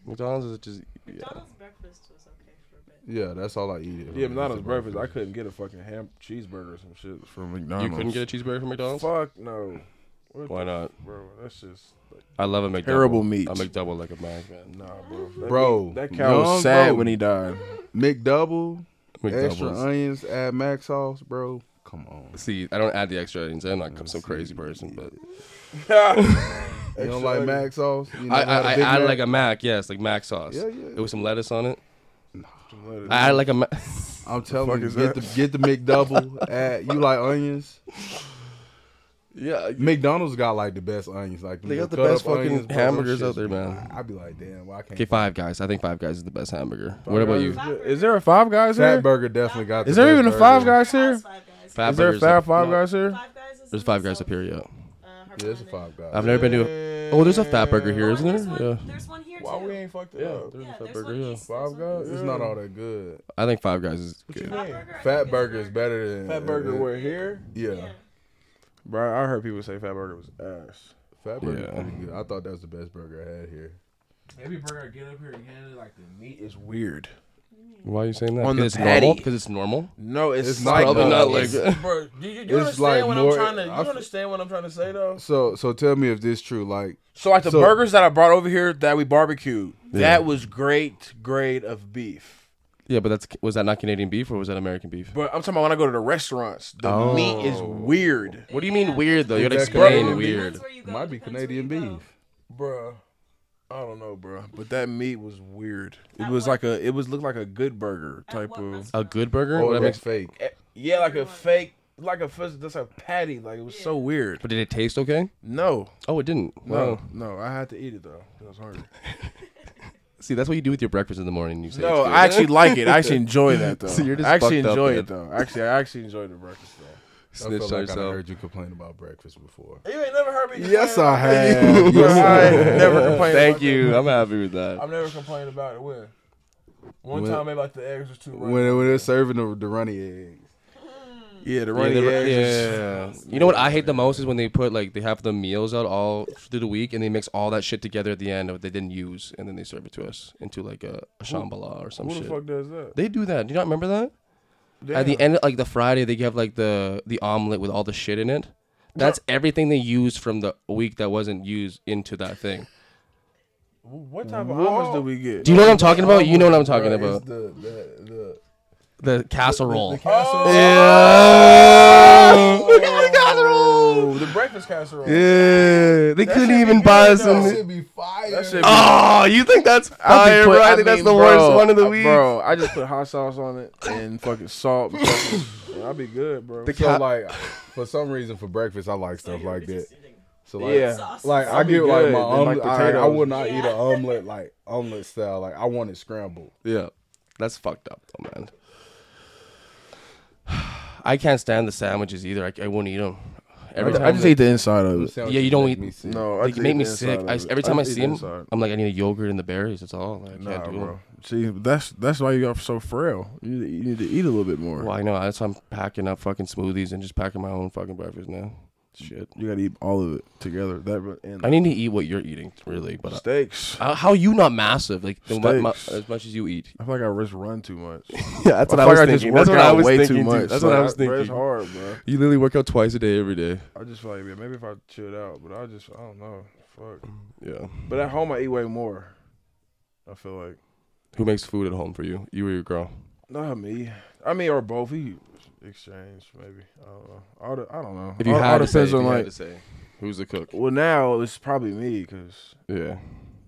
Speaker 2: McDonald's is just. Yeah.
Speaker 3: McDonald's breakfast was okay for a bit.
Speaker 1: Yeah, that's all I eat.
Speaker 4: Yeah, McDonald's breakfast. I couldn't get a fucking ham cheeseburger or some shit from McDonald's.
Speaker 2: You couldn't get a cheeseburger from McDonald's?
Speaker 4: Fuck no. What
Speaker 2: Why
Speaker 4: the-
Speaker 2: not?
Speaker 4: bro? That's just like,
Speaker 2: I love a McDouble.
Speaker 4: Terrible meat.
Speaker 2: A McDouble like a mag, man.
Speaker 4: nah, bro. That
Speaker 1: Bro,
Speaker 4: meat- that cow
Speaker 1: young
Speaker 4: was sad
Speaker 1: bro.
Speaker 4: when he died.
Speaker 1: McDouble, extra
Speaker 2: McDoubles.
Speaker 1: onions, add mac sauce, bro. Come on.
Speaker 2: See, I don't add the extra onions. I'm not some crazy person, but
Speaker 1: You
Speaker 4: Extra
Speaker 1: don't like
Speaker 4: onion.
Speaker 1: mac sauce? You never
Speaker 2: I,
Speaker 1: had a
Speaker 2: I, I
Speaker 1: Big
Speaker 2: add
Speaker 1: Mac?
Speaker 2: like a mac. Yes, like mac sauce.
Speaker 1: Yeah, yeah.
Speaker 2: It was some lettuce on it.
Speaker 4: Let
Speaker 2: I add like a mac.
Speaker 1: I'm telling
Speaker 4: fuck
Speaker 1: you,
Speaker 4: is
Speaker 1: get the,
Speaker 4: that?
Speaker 1: get the McDouble. add, you like onions?
Speaker 2: yeah,
Speaker 1: McDonald's got like the best onions. Like
Speaker 2: They got the
Speaker 1: cut
Speaker 2: best
Speaker 1: up
Speaker 2: fucking
Speaker 1: onions, bro,
Speaker 2: hamburgers
Speaker 1: them
Speaker 2: out there,
Speaker 1: shits be-
Speaker 2: man.
Speaker 1: I- I'd be like, damn, why can't
Speaker 2: Okay, Five Guys. I think Five Guys is the best hamburger. what about you?
Speaker 4: Is there- Is there a Five Guys
Speaker 1: Fat
Speaker 4: here?
Speaker 1: Burger definitely got?
Speaker 4: Is
Speaker 1: the
Speaker 4: there
Speaker 1: best
Speaker 4: even a
Speaker 1: burger.
Speaker 4: Five Guys
Speaker 3: There
Speaker 4: here?
Speaker 3: was Five guys.
Speaker 2: Fat
Speaker 4: Is there a
Speaker 2: Burgers,
Speaker 4: Fat
Speaker 2: like-
Speaker 4: Five
Speaker 2: no.
Speaker 4: Guys here?
Speaker 3: Five guys is
Speaker 2: There's
Speaker 3: in
Speaker 2: Five
Speaker 3: the
Speaker 2: Guys
Speaker 3: south.
Speaker 2: up here, yeah.
Speaker 3: Uh,
Speaker 1: Yeah, there's a
Speaker 3: Harpon
Speaker 1: Five Guys.
Speaker 2: I've never been to. A, oh, there's a Fat Burger here,
Speaker 3: Oh,
Speaker 2: isn't
Speaker 3: there's
Speaker 2: there? Yeah.
Speaker 3: One, there's one here
Speaker 4: Why
Speaker 3: too.
Speaker 4: we ain't fucked
Speaker 2: Yeah,
Speaker 4: up?
Speaker 2: there's
Speaker 3: Yeah,
Speaker 2: a Fat
Speaker 3: there's
Speaker 2: Burger.
Speaker 3: one
Speaker 2: Yeah.
Speaker 3: east, there's
Speaker 4: Five
Speaker 3: one
Speaker 4: Guys.
Speaker 3: east.
Speaker 1: It's
Speaker 4: Yeah.
Speaker 1: not all that good.
Speaker 2: I think Five Guys is
Speaker 4: What you
Speaker 2: good.
Speaker 4: mean?
Speaker 3: Fat burger. I think,
Speaker 1: Fat
Speaker 3: is
Speaker 1: Burger is
Speaker 3: better.
Speaker 1: better than
Speaker 4: Fat Burger
Speaker 1: uh,
Speaker 4: were here,
Speaker 1: Yeah.
Speaker 3: Yeah.
Speaker 4: bro. I heard people say Fat Burger was ass.
Speaker 1: Fat Burger's
Speaker 2: Yeah.
Speaker 1: pretty good. I thought that was the best burger I had here.
Speaker 4: Every burger I get up here and handle like the meat is weird.
Speaker 2: Why are you saying that?
Speaker 4: On the
Speaker 2: Because it's normal.
Speaker 4: patty.
Speaker 2: Because it's normal.
Speaker 4: No, it's,
Speaker 1: It's
Speaker 4: like
Speaker 1: probably not
Speaker 4: it's-
Speaker 2: like-
Speaker 4: bro. Do you, do you
Speaker 1: It's
Speaker 4: understand
Speaker 1: like
Speaker 4: what
Speaker 1: more-
Speaker 4: I'm trying to? You
Speaker 1: I f-
Speaker 4: understand what I'm trying to say though?
Speaker 1: So so tell me if this true. Like
Speaker 4: So like the
Speaker 1: So-
Speaker 4: burgers that I brought over here that we barbecued,
Speaker 2: Yeah.
Speaker 4: that was great grade of beef.
Speaker 2: Yeah, but that's was that not Canadian beef or was that American beef?
Speaker 4: But I'm talking about when I go to the restaurants, the
Speaker 2: Oh.
Speaker 4: meat is weird,
Speaker 2: What do you mean weird though? You gotta
Speaker 1: Is that
Speaker 2: explain
Speaker 1: Canadian beef?
Speaker 2: weird.
Speaker 3: Depends where you go,
Speaker 1: might be
Speaker 3: depends where you
Speaker 1: Canadian
Speaker 3: go.
Speaker 1: beef.
Speaker 4: Bruh. I don't know, bruh. But that meat was weird. It
Speaker 3: At
Speaker 4: was
Speaker 3: what-
Speaker 4: like a, it was looked like a good burger
Speaker 3: At
Speaker 4: type
Speaker 3: what
Speaker 4: of,
Speaker 2: A
Speaker 3: restaurant?
Speaker 2: good burger?
Speaker 1: Oh,
Speaker 2: what
Speaker 1: that's
Speaker 2: that makes,
Speaker 1: fake.
Speaker 4: Eh, yeah, like a
Speaker 3: Everyone.
Speaker 4: fake, like a first, that's a patty. Like it was so weird.
Speaker 2: but did it taste okay?
Speaker 4: No,
Speaker 2: Oh, it didn't.
Speaker 4: no,
Speaker 2: Wow.
Speaker 4: no. I had to eat it though. It was hard.
Speaker 2: See, that's what you do with your breakfast in the morning. You say it's
Speaker 4: No,
Speaker 2: good.
Speaker 4: I actually like it. I actually enjoy that though.
Speaker 2: So you're just
Speaker 4: I actually
Speaker 2: fucked up,
Speaker 4: enjoy
Speaker 2: man.
Speaker 4: it though. Actually, I actually enjoy the breakfast though.
Speaker 1: I feel
Speaker 2: snitch
Speaker 1: like
Speaker 2: on
Speaker 1: I done
Speaker 2: yourself.
Speaker 1: heard you complain about breakfast before.
Speaker 4: You ain't never heard me.
Speaker 1: Yes,
Speaker 4: complain
Speaker 1: I
Speaker 4: about that.
Speaker 1: have.
Speaker 4: Bro, I ain't never complained.
Speaker 2: Thank
Speaker 4: about
Speaker 2: you.
Speaker 4: That.
Speaker 2: I'm happy with that.
Speaker 4: I've never complained about it. When? One
Speaker 1: When-
Speaker 4: time, maybe like the eggs was too runny.
Speaker 1: When when they're serving the, the runny eggs.
Speaker 4: yeah, the
Speaker 2: Yeah,
Speaker 4: runny
Speaker 2: the-
Speaker 4: eggs. is-
Speaker 2: yeah. You know what I hate the most is when they put like they have the meals out all through the week and they mix all that shit together at the end of what they didn't use and then they serve it to us into like a, a shambhala or some
Speaker 4: Who
Speaker 2: shit.
Speaker 4: the fuck does that?
Speaker 2: They do that. Do you not remember that? At the
Speaker 4: Damn.
Speaker 2: end, of, like the Friday, they have like the the omelet with all the shit in it. That's everything they used from the week that wasn't used into that thing.
Speaker 4: What type of omelets do we get?
Speaker 2: Do you know what I'm talking about? You know what I'm talking
Speaker 1: Bro,
Speaker 2: about.
Speaker 1: it's the, the, the,
Speaker 2: The casserole.
Speaker 1: the casserole.
Speaker 2: yeah. Look at the
Speaker 4: Oh,
Speaker 2: casserole.
Speaker 4: the breakfast casserole.
Speaker 2: Yeah. They couldn't
Speaker 4: shit
Speaker 2: even
Speaker 4: be
Speaker 2: buy
Speaker 4: good,
Speaker 2: some.
Speaker 4: though.
Speaker 1: That should be fire.
Speaker 4: That shit be-
Speaker 2: Oh, you think that's
Speaker 4: I be
Speaker 2: fire,
Speaker 4: put-
Speaker 2: bro? I,
Speaker 4: I
Speaker 2: think that's the
Speaker 4: mean,
Speaker 2: worst
Speaker 4: bro,
Speaker 2: one of the
Speaker 4: uh,
Speaker 2: week.
Speaker 4: Bro, I just put hot sauce on it and fucking salt. and peppers, and I'll be good, bro.
Speaker 1: so like, for some reason, for breakfast, I like
Speaker 3: So
Speaker 1: stuff
Speaker 3: you were
Speaker 1: like that.
Speaker 3: just eating
Speaker 1: So like,
Speaker 4: Yeah.
Speaker 3: sauce.
Speaker 1: like I
Speaker 4: That'd be
Speaker 1: get like
Speaker 4: good.
Speaker 1: my
Speaker 4: And, like,
Speaker 1: omelet. I, I would not
Speaker 3: potatoes.
Speaker 1: eat an omelet like omelet style. Like I want it scrambled.
Speaker 2: Yeah, that's fucked up though, man. I can't stand the sandwiches either. I, I won't eat them. Every time they-
Speaker 4: the inside of
Speaker 2: Yeah, you don't eat-
Speaker 1: me sick.
Speaker 4: No, I
Speaker 2: they
Speaker 4: just
Speaker 2: make
Speaker 4: eat
Speaker 2: me
Speaker 4: the
Speaker 2: sick.
Speaker 4: inside
Speaker 2: I,
Speaker 4: of it.
Speaker 2: every time I,
Speaker 4: just eat
Speaker 2: see
Speaker 4: the
Speaker 2: them,
Speaker 4: inside.
Speaker 2: I'm like, I need a yogurt and the berries. That's all. Like, I
Speaker 4: Nah,
Speaker 2: can't do
Speaker 4: bro.
Speaker 2: it.
Speaker 4: See, that's that's why you are so frail. You, need to- you need to eat a little bit more.
Speaker 2: Well, I know. That's why I'm packing up fucking smoothies and just packing my own fucking breakfast now. Shit.
Speaker 4: You gotta eat all of it together. That and
Speaker 2: I need to eat what you're eating, really. But uh,
Speaker 4: steaks. I,
Speaker 2: how- how you not massive? Like the, mu- mu-
Speaker 4: Steaks.
Speaker 2: as much as you eat.
Speaker 4: feel like I just run too much.
Speaker 2: Yeah, that's
Speaker 4: I feel like I just work out way too much.
Speaker 2: That's what I
Speaker 4: Like,
Speaker 2: was
Speaker 4: bro,
Speaker 2: thinking.
Speaker 4: It's hard, bro.
Speaker 2: You literally work out twice a day every day.
Speaker 4: I just feel like yeah, maybe if I chilled out, but I just I don't know. Fuck.
Speaker 2: Yeah.
Speaker 4: But at home, I eat way more. I feel like
Speaker 2: Who makes food at home for you? You or your girl?
Speaker 4: not me. I mean, or both. We exchange maybe. I don't know. All the, I don't know.
Speaker 2: If you
Speaker 4: all,
Speaker 2: had
Speaker 4: all
Speaker 2: to say, if
Speaker 4: depends
Speaker 2: you had
Speaker 4: on like.
Speaker 2: to say, who's the cook?
Speaker 4: Well, now it's probably me because
Speaker 2: Yeah.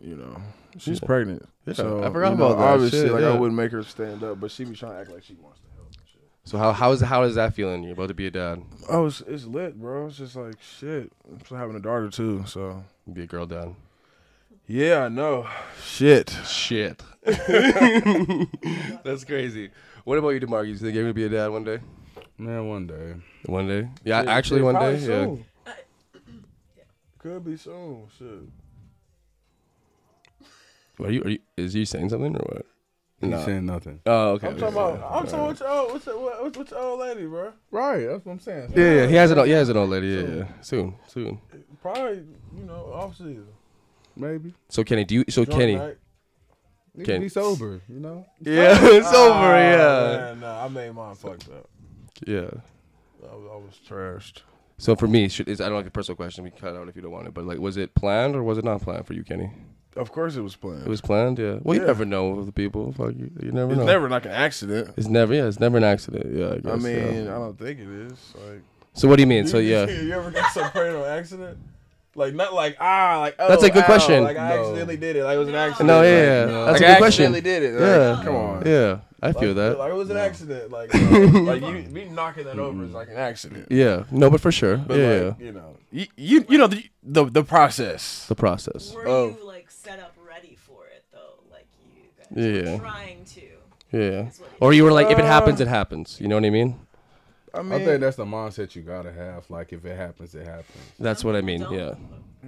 Speaker 4: you know she's
Speaker 2: Yeah.
Speaker 4: pregnant.
Speaker 2: Yeah,
Speaker 4: so,
Speaker 2: I forgot
Speaker 4: you know,
Speaker 2: about that.
Speaker 4: Obviously,
Speaker 2: Shit,
Speaker 4: like I
Speaker 2: yeah.
Speaker 4: wouldn't make her stand up, but she be trying to act like she wants to help. and shit.
Speaker 2: So how how is how is that feeling? You're about to be a dad,
Speaker 4: Oh, it's, it's lit, bro. It's just like shit. I'm still having a daughter too, so
Speaker 2: be a girl dad.
Speaker 4: yeah, I know. Shit.
Speaker 2: Shit. That's crazy. What about you, Demarcus? You think you're gonna be a dad one day?
Speaker 1: Man, one day.
Speaker 2: One day? Yeah, actually, one day.
Speaker 4: Probably soon.
Speaker 3: Yeah.
Speaker 4: Could be soon. Shit.
Speaker 2: What are you? Are you? Is he saying something or what?
Speaker 1: He's
Speaker 2: Nah.
Speaker 1: saying nothing.
Speaker 2: Oh, okay.
Speaker 4: I'm
Speaker 2: okay,
Speaker 4: talking
Speaker 2: okay.
Speaker 4: about. I'm talking about your old. What's your, what, what's your old lady, bro?
Speaker 1: Right, that's what I'm saying.
Speaker 2: Yeah, yeah. He has it. All, he has it all, lady. Yeah, yeah. Soon, soon.
Speaker 4: Probably, you know, off season.
Speaker 1: Maybe.
Speaker 2: So Kenny, do you? So
Speaker 4: Drunk
Speaker 2: Kenny.
Speaker 4: night.
Speaker 1: He
Speaker 2: Can-
Speaker 1: can be sober, you know?
Speaker 2: Yeah, it's over.
Speaker 4: Ah,
Speaker 2: Yeah.
Speaker 4: man, nah, I made mine fucked up.
Speaker 2: Yeah.
Speaker 4: I was, I was trashed.
Speaker 2: So for me, should, is I don't have a personal question. We can cut it out if you don't want it. But like, was it planned or was it not planned for you, Kenny?
Speaker 4: Of course, it was planned.
Speaker 2: It was planned. Yeah. Well, you
Speaker 4: Yeah.
Speaker 2: never know with the people. Fuck you. You never
Speaker 4: It's
Speaker 2: know.
Speaker 4: never like an accident.
Speaker 2: It's never. Yeah. It's never an accident. Yeah. I, guess,
Speaker 4: I mean,
Speaker 2: yeah.
Speaker 4: I don't think it is. Like,
Speaker 2: So what do you mean? So
Speaker 4: You-
Speaker 2: yeah.
Speaker 4: you ever got some prayed on accident? Like not like ah, like oh,
Speaker 2: That's a good
Speaker 4: ow,
Speaker 2: question.
Speaker 4: Like I
Speaker 1: No.
Speaker 4: accidentally did it. Like it was an
Speaker 3: No.
Speaker 4: accident.
Speaker 2: No,
Speaker 4: like,
Speaker 2: yeah,
Speaker 1: no.
Speaker 2: that's
Speaker 4: like,
Speaker 2: a
Speaker 4: I
Speaker 2: good question.
Speaker 4: accidentally did it. Like,
Speaker 2: Yeah.
Speaker 4: come on.
Speaker 2: Yeah, I feel
Speaker 4: like,
Speaker 2: that.
Speaker 4: Like it was an accident. Like uh, like you me knocking that over is like an accident.
Speaker 2: Mm-hmm. yeah, no, but for sure.
Speaker 4: But
Speaker 2: yeah,
Speaker 4: like, you know, you you, you know the, the the process.
Speaker 2: the process.
Speaker 3: Were
Speaker 4: Oh.
Speaker 3: you like set up ready for it though? Like you guys
Speaker 2: Yeah.
Speaker 3: were trying to.
Speaker 2: Yeah,
Speaker 3: That's what it
Speaker 2: or you were like, if it happens,
Speaker 4: Uh,
Speaker 2: it happens. You know what I mean?
Speaker 4: I mean,
Speaker 1: I think that's the mindset you gotta have. Like, if it happens, it happens.
Speaker 2: That's what I mean.
Speaker 3: Don't.
Speaker 2: Yeah,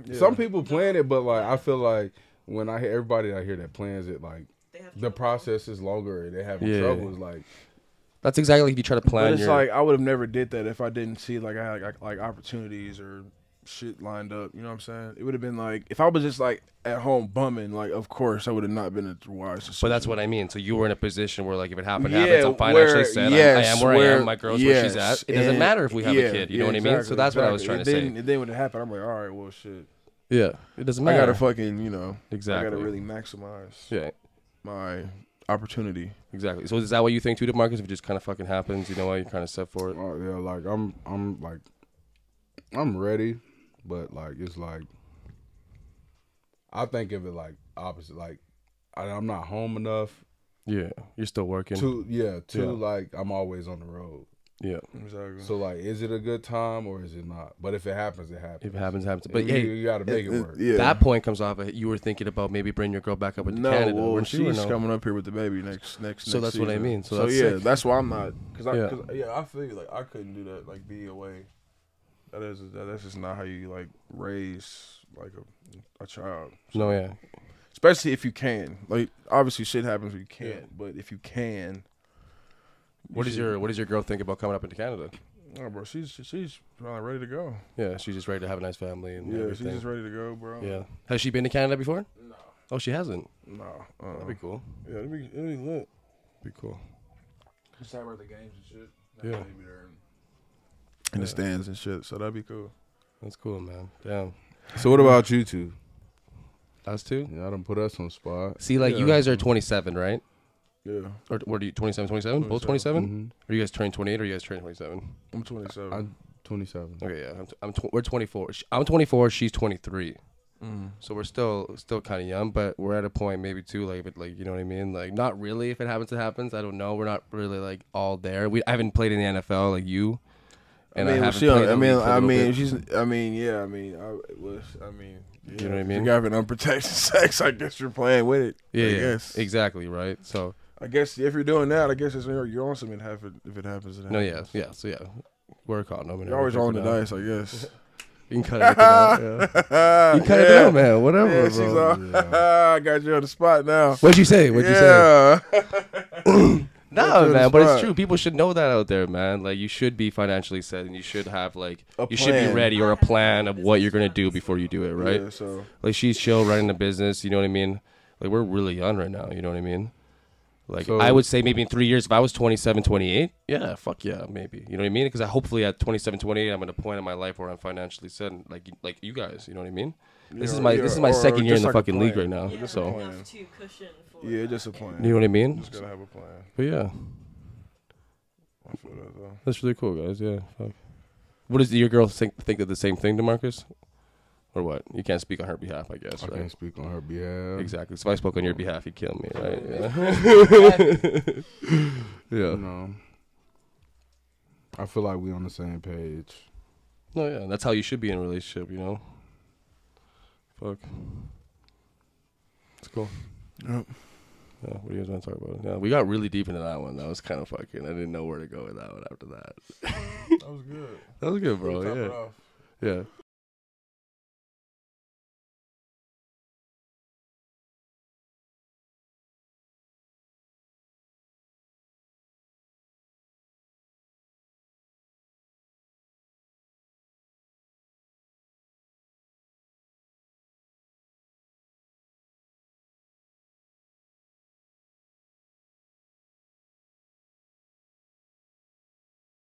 Speaker 4: yeah.
Speaker 1: Some people plan it, but like, I feel like when I hear everybody out here that plans it, like,
Speaker 3: They have
Speaker 1: the
Speaker 3: trouble.
Speaker 1: process is longer and they're having
Speaker 2: Yeah.
Speaker 1: trouble. It's like,
Speaker 2: that's exactly if you try to plan.
Speaker 4: But it's
Speaker 2: your,
Speaker 4: like I would have never did that if I didn't see like I had like, like opportunities or shit lined up. You know what I'm saying? It would have been like if I was just like at home bumming. Like of course I would have not been a wise.
Speaker 2: but
Speaker 4: decision.
Speaker 2: that's what I mean. So you were in a position where, like, if it happened, it
Speaker 4: Yeah,
Speaker 2: happens. I'm financially
Speaker 4: where-
Speaker 2: set. I'm-
Speaker 4: yes,
Speaker 2: I am where, I
Speaker 4: where-
Speaker 2: am. My girl's where she's
Speaker 4: yes,
Speaker 2: at. It doesn't
Speaker 4: and-
Speaker 2: matter if we have
Speaker 4: yeah,
Speaker 2: a kid. You
Speaker 4: yeah,
Speaker 2: know what I mean? So
Speaker 4: exactly,
Speaker 2: that's what I was trying
Speaker 4: exactly.
Speaker 2: to
Speaker 4: it
Speaker 2: say.
Speaker 4: Then, then when it happened, I'm like, all right, well, shit.
Speaker 2: Yeah, it doesn't
Speaker 4: I
Speaker 2: matter.
Speaker 4: gotta fucking, you know, I
Speaker 2: Exactly.
Speaker 4: gotta really maximize
Speaker 2: yeah,
Speaker 4: my opportunity.
Speaker 2: exactly. So is that what you think too, Demarcus? If it just kind of fucking happens, you know what? You're kind of set for it.
Speaker 1: oh, yeah, like, I'm, I'm like, I'm ready, but like, it's like, I think of it like opposite. Like, I, I'm not home enough
Speaker 2: Yeah, you're still working.
Speaker 1: to, yeah, to
Speaker 2: Yeah.
Speaker 1: like, I'm always on the road.
Speaker 2: Yeah,
Speaker 4: Exactly.
Speaker 1: So like, is it a good time or is it not? But if it happens, it happens.
Speaker 2: if it happens, it happens.
Speaker 1: But
Speaker 2: But
Speaker 1: you,
Speaker 2: hey,
Speaker 1: you got to make it work.
Speaker 4: yeah.
Speaker 2: that point comes off. Of, you were thinking about maybe bringing your girl back up into
Speaker 4: no,
Speaker 2: Canada.
Speaker 4: well,
Speaker 2: weren't you, or
Speaker 4: she's
Speaker 2: no?
Speaker 4: coming up here with the baby next next.
Speaker 2: So
Speaker 4: next
Speaker 2: that's what I
Speaker 4: season.
Speaker 2: mean, so
Speaker 4: So,
Speaker 2: that's
Speaker 4: yeah,
Speaker 2: sick.
Speaker 4: that's why I'm not. Cause I,
Speaker 2: Yeah.
Speaker 4: yeah. Cause, yeah, I feel you. Like I couldn't do that. Like be away. That is that, that's just not how you like raise like a a child.
Speaker 2: No, yeah,
Speaker 4: Especially if you can. Like obviously shit happens when you can't,
Speaker 2: Yeah.
Speaker 4: but if you can. you
Speaker 2: What does
Speaker 4: should-
Speaker 2: your What does your girl think about coming up into Canada?
Speaker 4: Oh, bro, she's she's probably ready to go.
Speaker 2: Yeah, she's just ready to have a nice family and
Speaker 4: Yeah,
Speaker 2: everything.
Speaker 4: she's just ready to go, bro.
Speaker 2: yeah, has she been to Canada before?
Speaker 4: No.
Speaker 2: Oh, she hasn't.
Speaker 4: No. Uh,
Speaker 2: That'd be cool.
Speaker 4: yeah, it'd be, it'd be lit.
Speaker 2: Be cool.
Speaker 4: Just talk about the games and shit.
Speaker 2: Yeah.
Speaker 4: In the stands and shit, so that'd be cool.
Speaker 2: That's cool, man. Damn,
Speaker 1: So what about you two?
Speaker 2: us too.
Speaker 1: Y'all done put us on spot.
Speaker 2: See, like you
Speaker 4: Yeah.
Speaker 2: guys are 27, right?
Speaker 4: Yeah.
Speaker 2: Or what are you? 27, 27? Both 27?
Speaker 4: 27.
Speaker 1: Mhm.
Speaker 2: Are you guys turning 28 or you guys turning 27?
Speaker 4: I'm 27.
Speaker 1: I'm 27.
Speaker 2: Okay, yeah, I'm. T- I'm tw- we're 24. Sh- I'm 24. She's 23.
Speaker 4: Mm.
Speaker 2: So we're still still kind of young, but we're at a point maybe too, like if it, like you know what I mean, like not really. If it happens, it happens. I don't know. We're not really like all there. We I haven't played in the NFL like you,
Speaker 4: I mean, well,
Speaker 2: haven't
Speaker 4: she,
Speaker 2: played
Speaker 4: I
Speaker 2: the
Speaker 4: mean,
Speaker 2: league for a
Speaker 4: I
Speaker 2: little
Speaker 4: mean,
Speaker 2: bit.
Speaker 4: she's, I mean, yeah, I mean, I was, I mean, yeah.
Speaker 2: know what I
Speaker 4: If
Speaker 2: mean?
Speaker 4: You're having unprotected sex. I guess you're playing with it.
Speaker 2: yeah,
Speaker 4: I
Speaker 2: yeah,
Speaker 4: guess.
Speaker 2: exactly right. So
Speaker 4: I guess if you're doing that, I guess it's you're on some. It happen if it happens. It happens.
Speaker 2: no, yeah, yeah, so yeah, we're caught. No,
Speaker 4: You're always rolling the dice, I guess. Ah,
Speaker 2: You can cut it out. yeah. You can cut it out, man. Whatever,
Speaker 4: Yeah, she's
Speaker 2: bro.
Speaker 4: all, I got you on the spot now.
Speaker 2: What'd you say? What'd you say?
Speaker 4: yeah.
Speaker 2: No,
Speaker 4: That's
Speaker 2: man, but it's
Speaker 4: right.
Speaker 2: true. People should know that out there, man. Like you should be financially set, and you should have like
Speaker 4: A
Speaker 2: you should be
Speaker 4: plan.
Speaker 2: ready or a plan of what you're gonna do before you do it, right?
Speaker 4: Yeah, so
Speaker 2: Like she's chill running the business. You know what I mean? Like we're really young right now. You know what I mean? Like
Speaker 1: So-
Speaker 2: I would say maybe in three years, if I was 27, 28, yeah, fuck yeah, maybe. You know what I mean? Because I hopefully at 27, 28, I'm at a point in my life where I'm financially set, and like you- like you guys. You know what I mean? This
Speaker 4: Yeah,
Speaker 2: is my
Speaker 4: yeah,
Speaker 2: this is my
Speaker 4: or
Speaker 2: second year in
Speaker 4: just
Speaker 2: the
Speaker 4: like a
Speaker 2: fucking league right
Speaker 4: plan.
Speaker 2: now.
Speaker 3: Yeah,
Speaker 2: so
Speaker 4: plan.
Speaker 3: enough to cushion for.
Speaker 4: yeah,
Speaker 3: that.
Speaker 4: just a
Speaker 3: Yeah.
Speaker 4: plan.
Speaker 2: you know what I mean?
Speaker 4: Just gotta have a plan.
Speaker 2: But yeah,
Speaker 4: I feel that though.
Speaker 2: that's really cool, guys. Yeah. Fuck. What does your girl think think of the same thing, Demarcus? Or what? You can't speak on her behalf, I guess,
Speaker 1: I
Speaker 2: right?
Speaker 1: can't speak on her behalf.
Speaker 2: Exactly. So if I spoke on your behalf, you'd kill me, right? Yeah.
Speaker 1: You know, I feel like we on the same page.
Speaker 2: No, yeah, that's how you should be in a relationship, you know. Fuck. It's cool.
Speaker 4: Yep.
Speaker 2: Yeah, what do you guys want to talk about? Yeah, we got really deep into that one. That was kind of fucking. I didn't know where to go with that one after that.
Speaker 4: That was good.
Speaker 2: That was good,
Speaker 4: Top it
Speaker 2: bro.
Speaker 4: off.
Speaker 2: Yeah, yeah.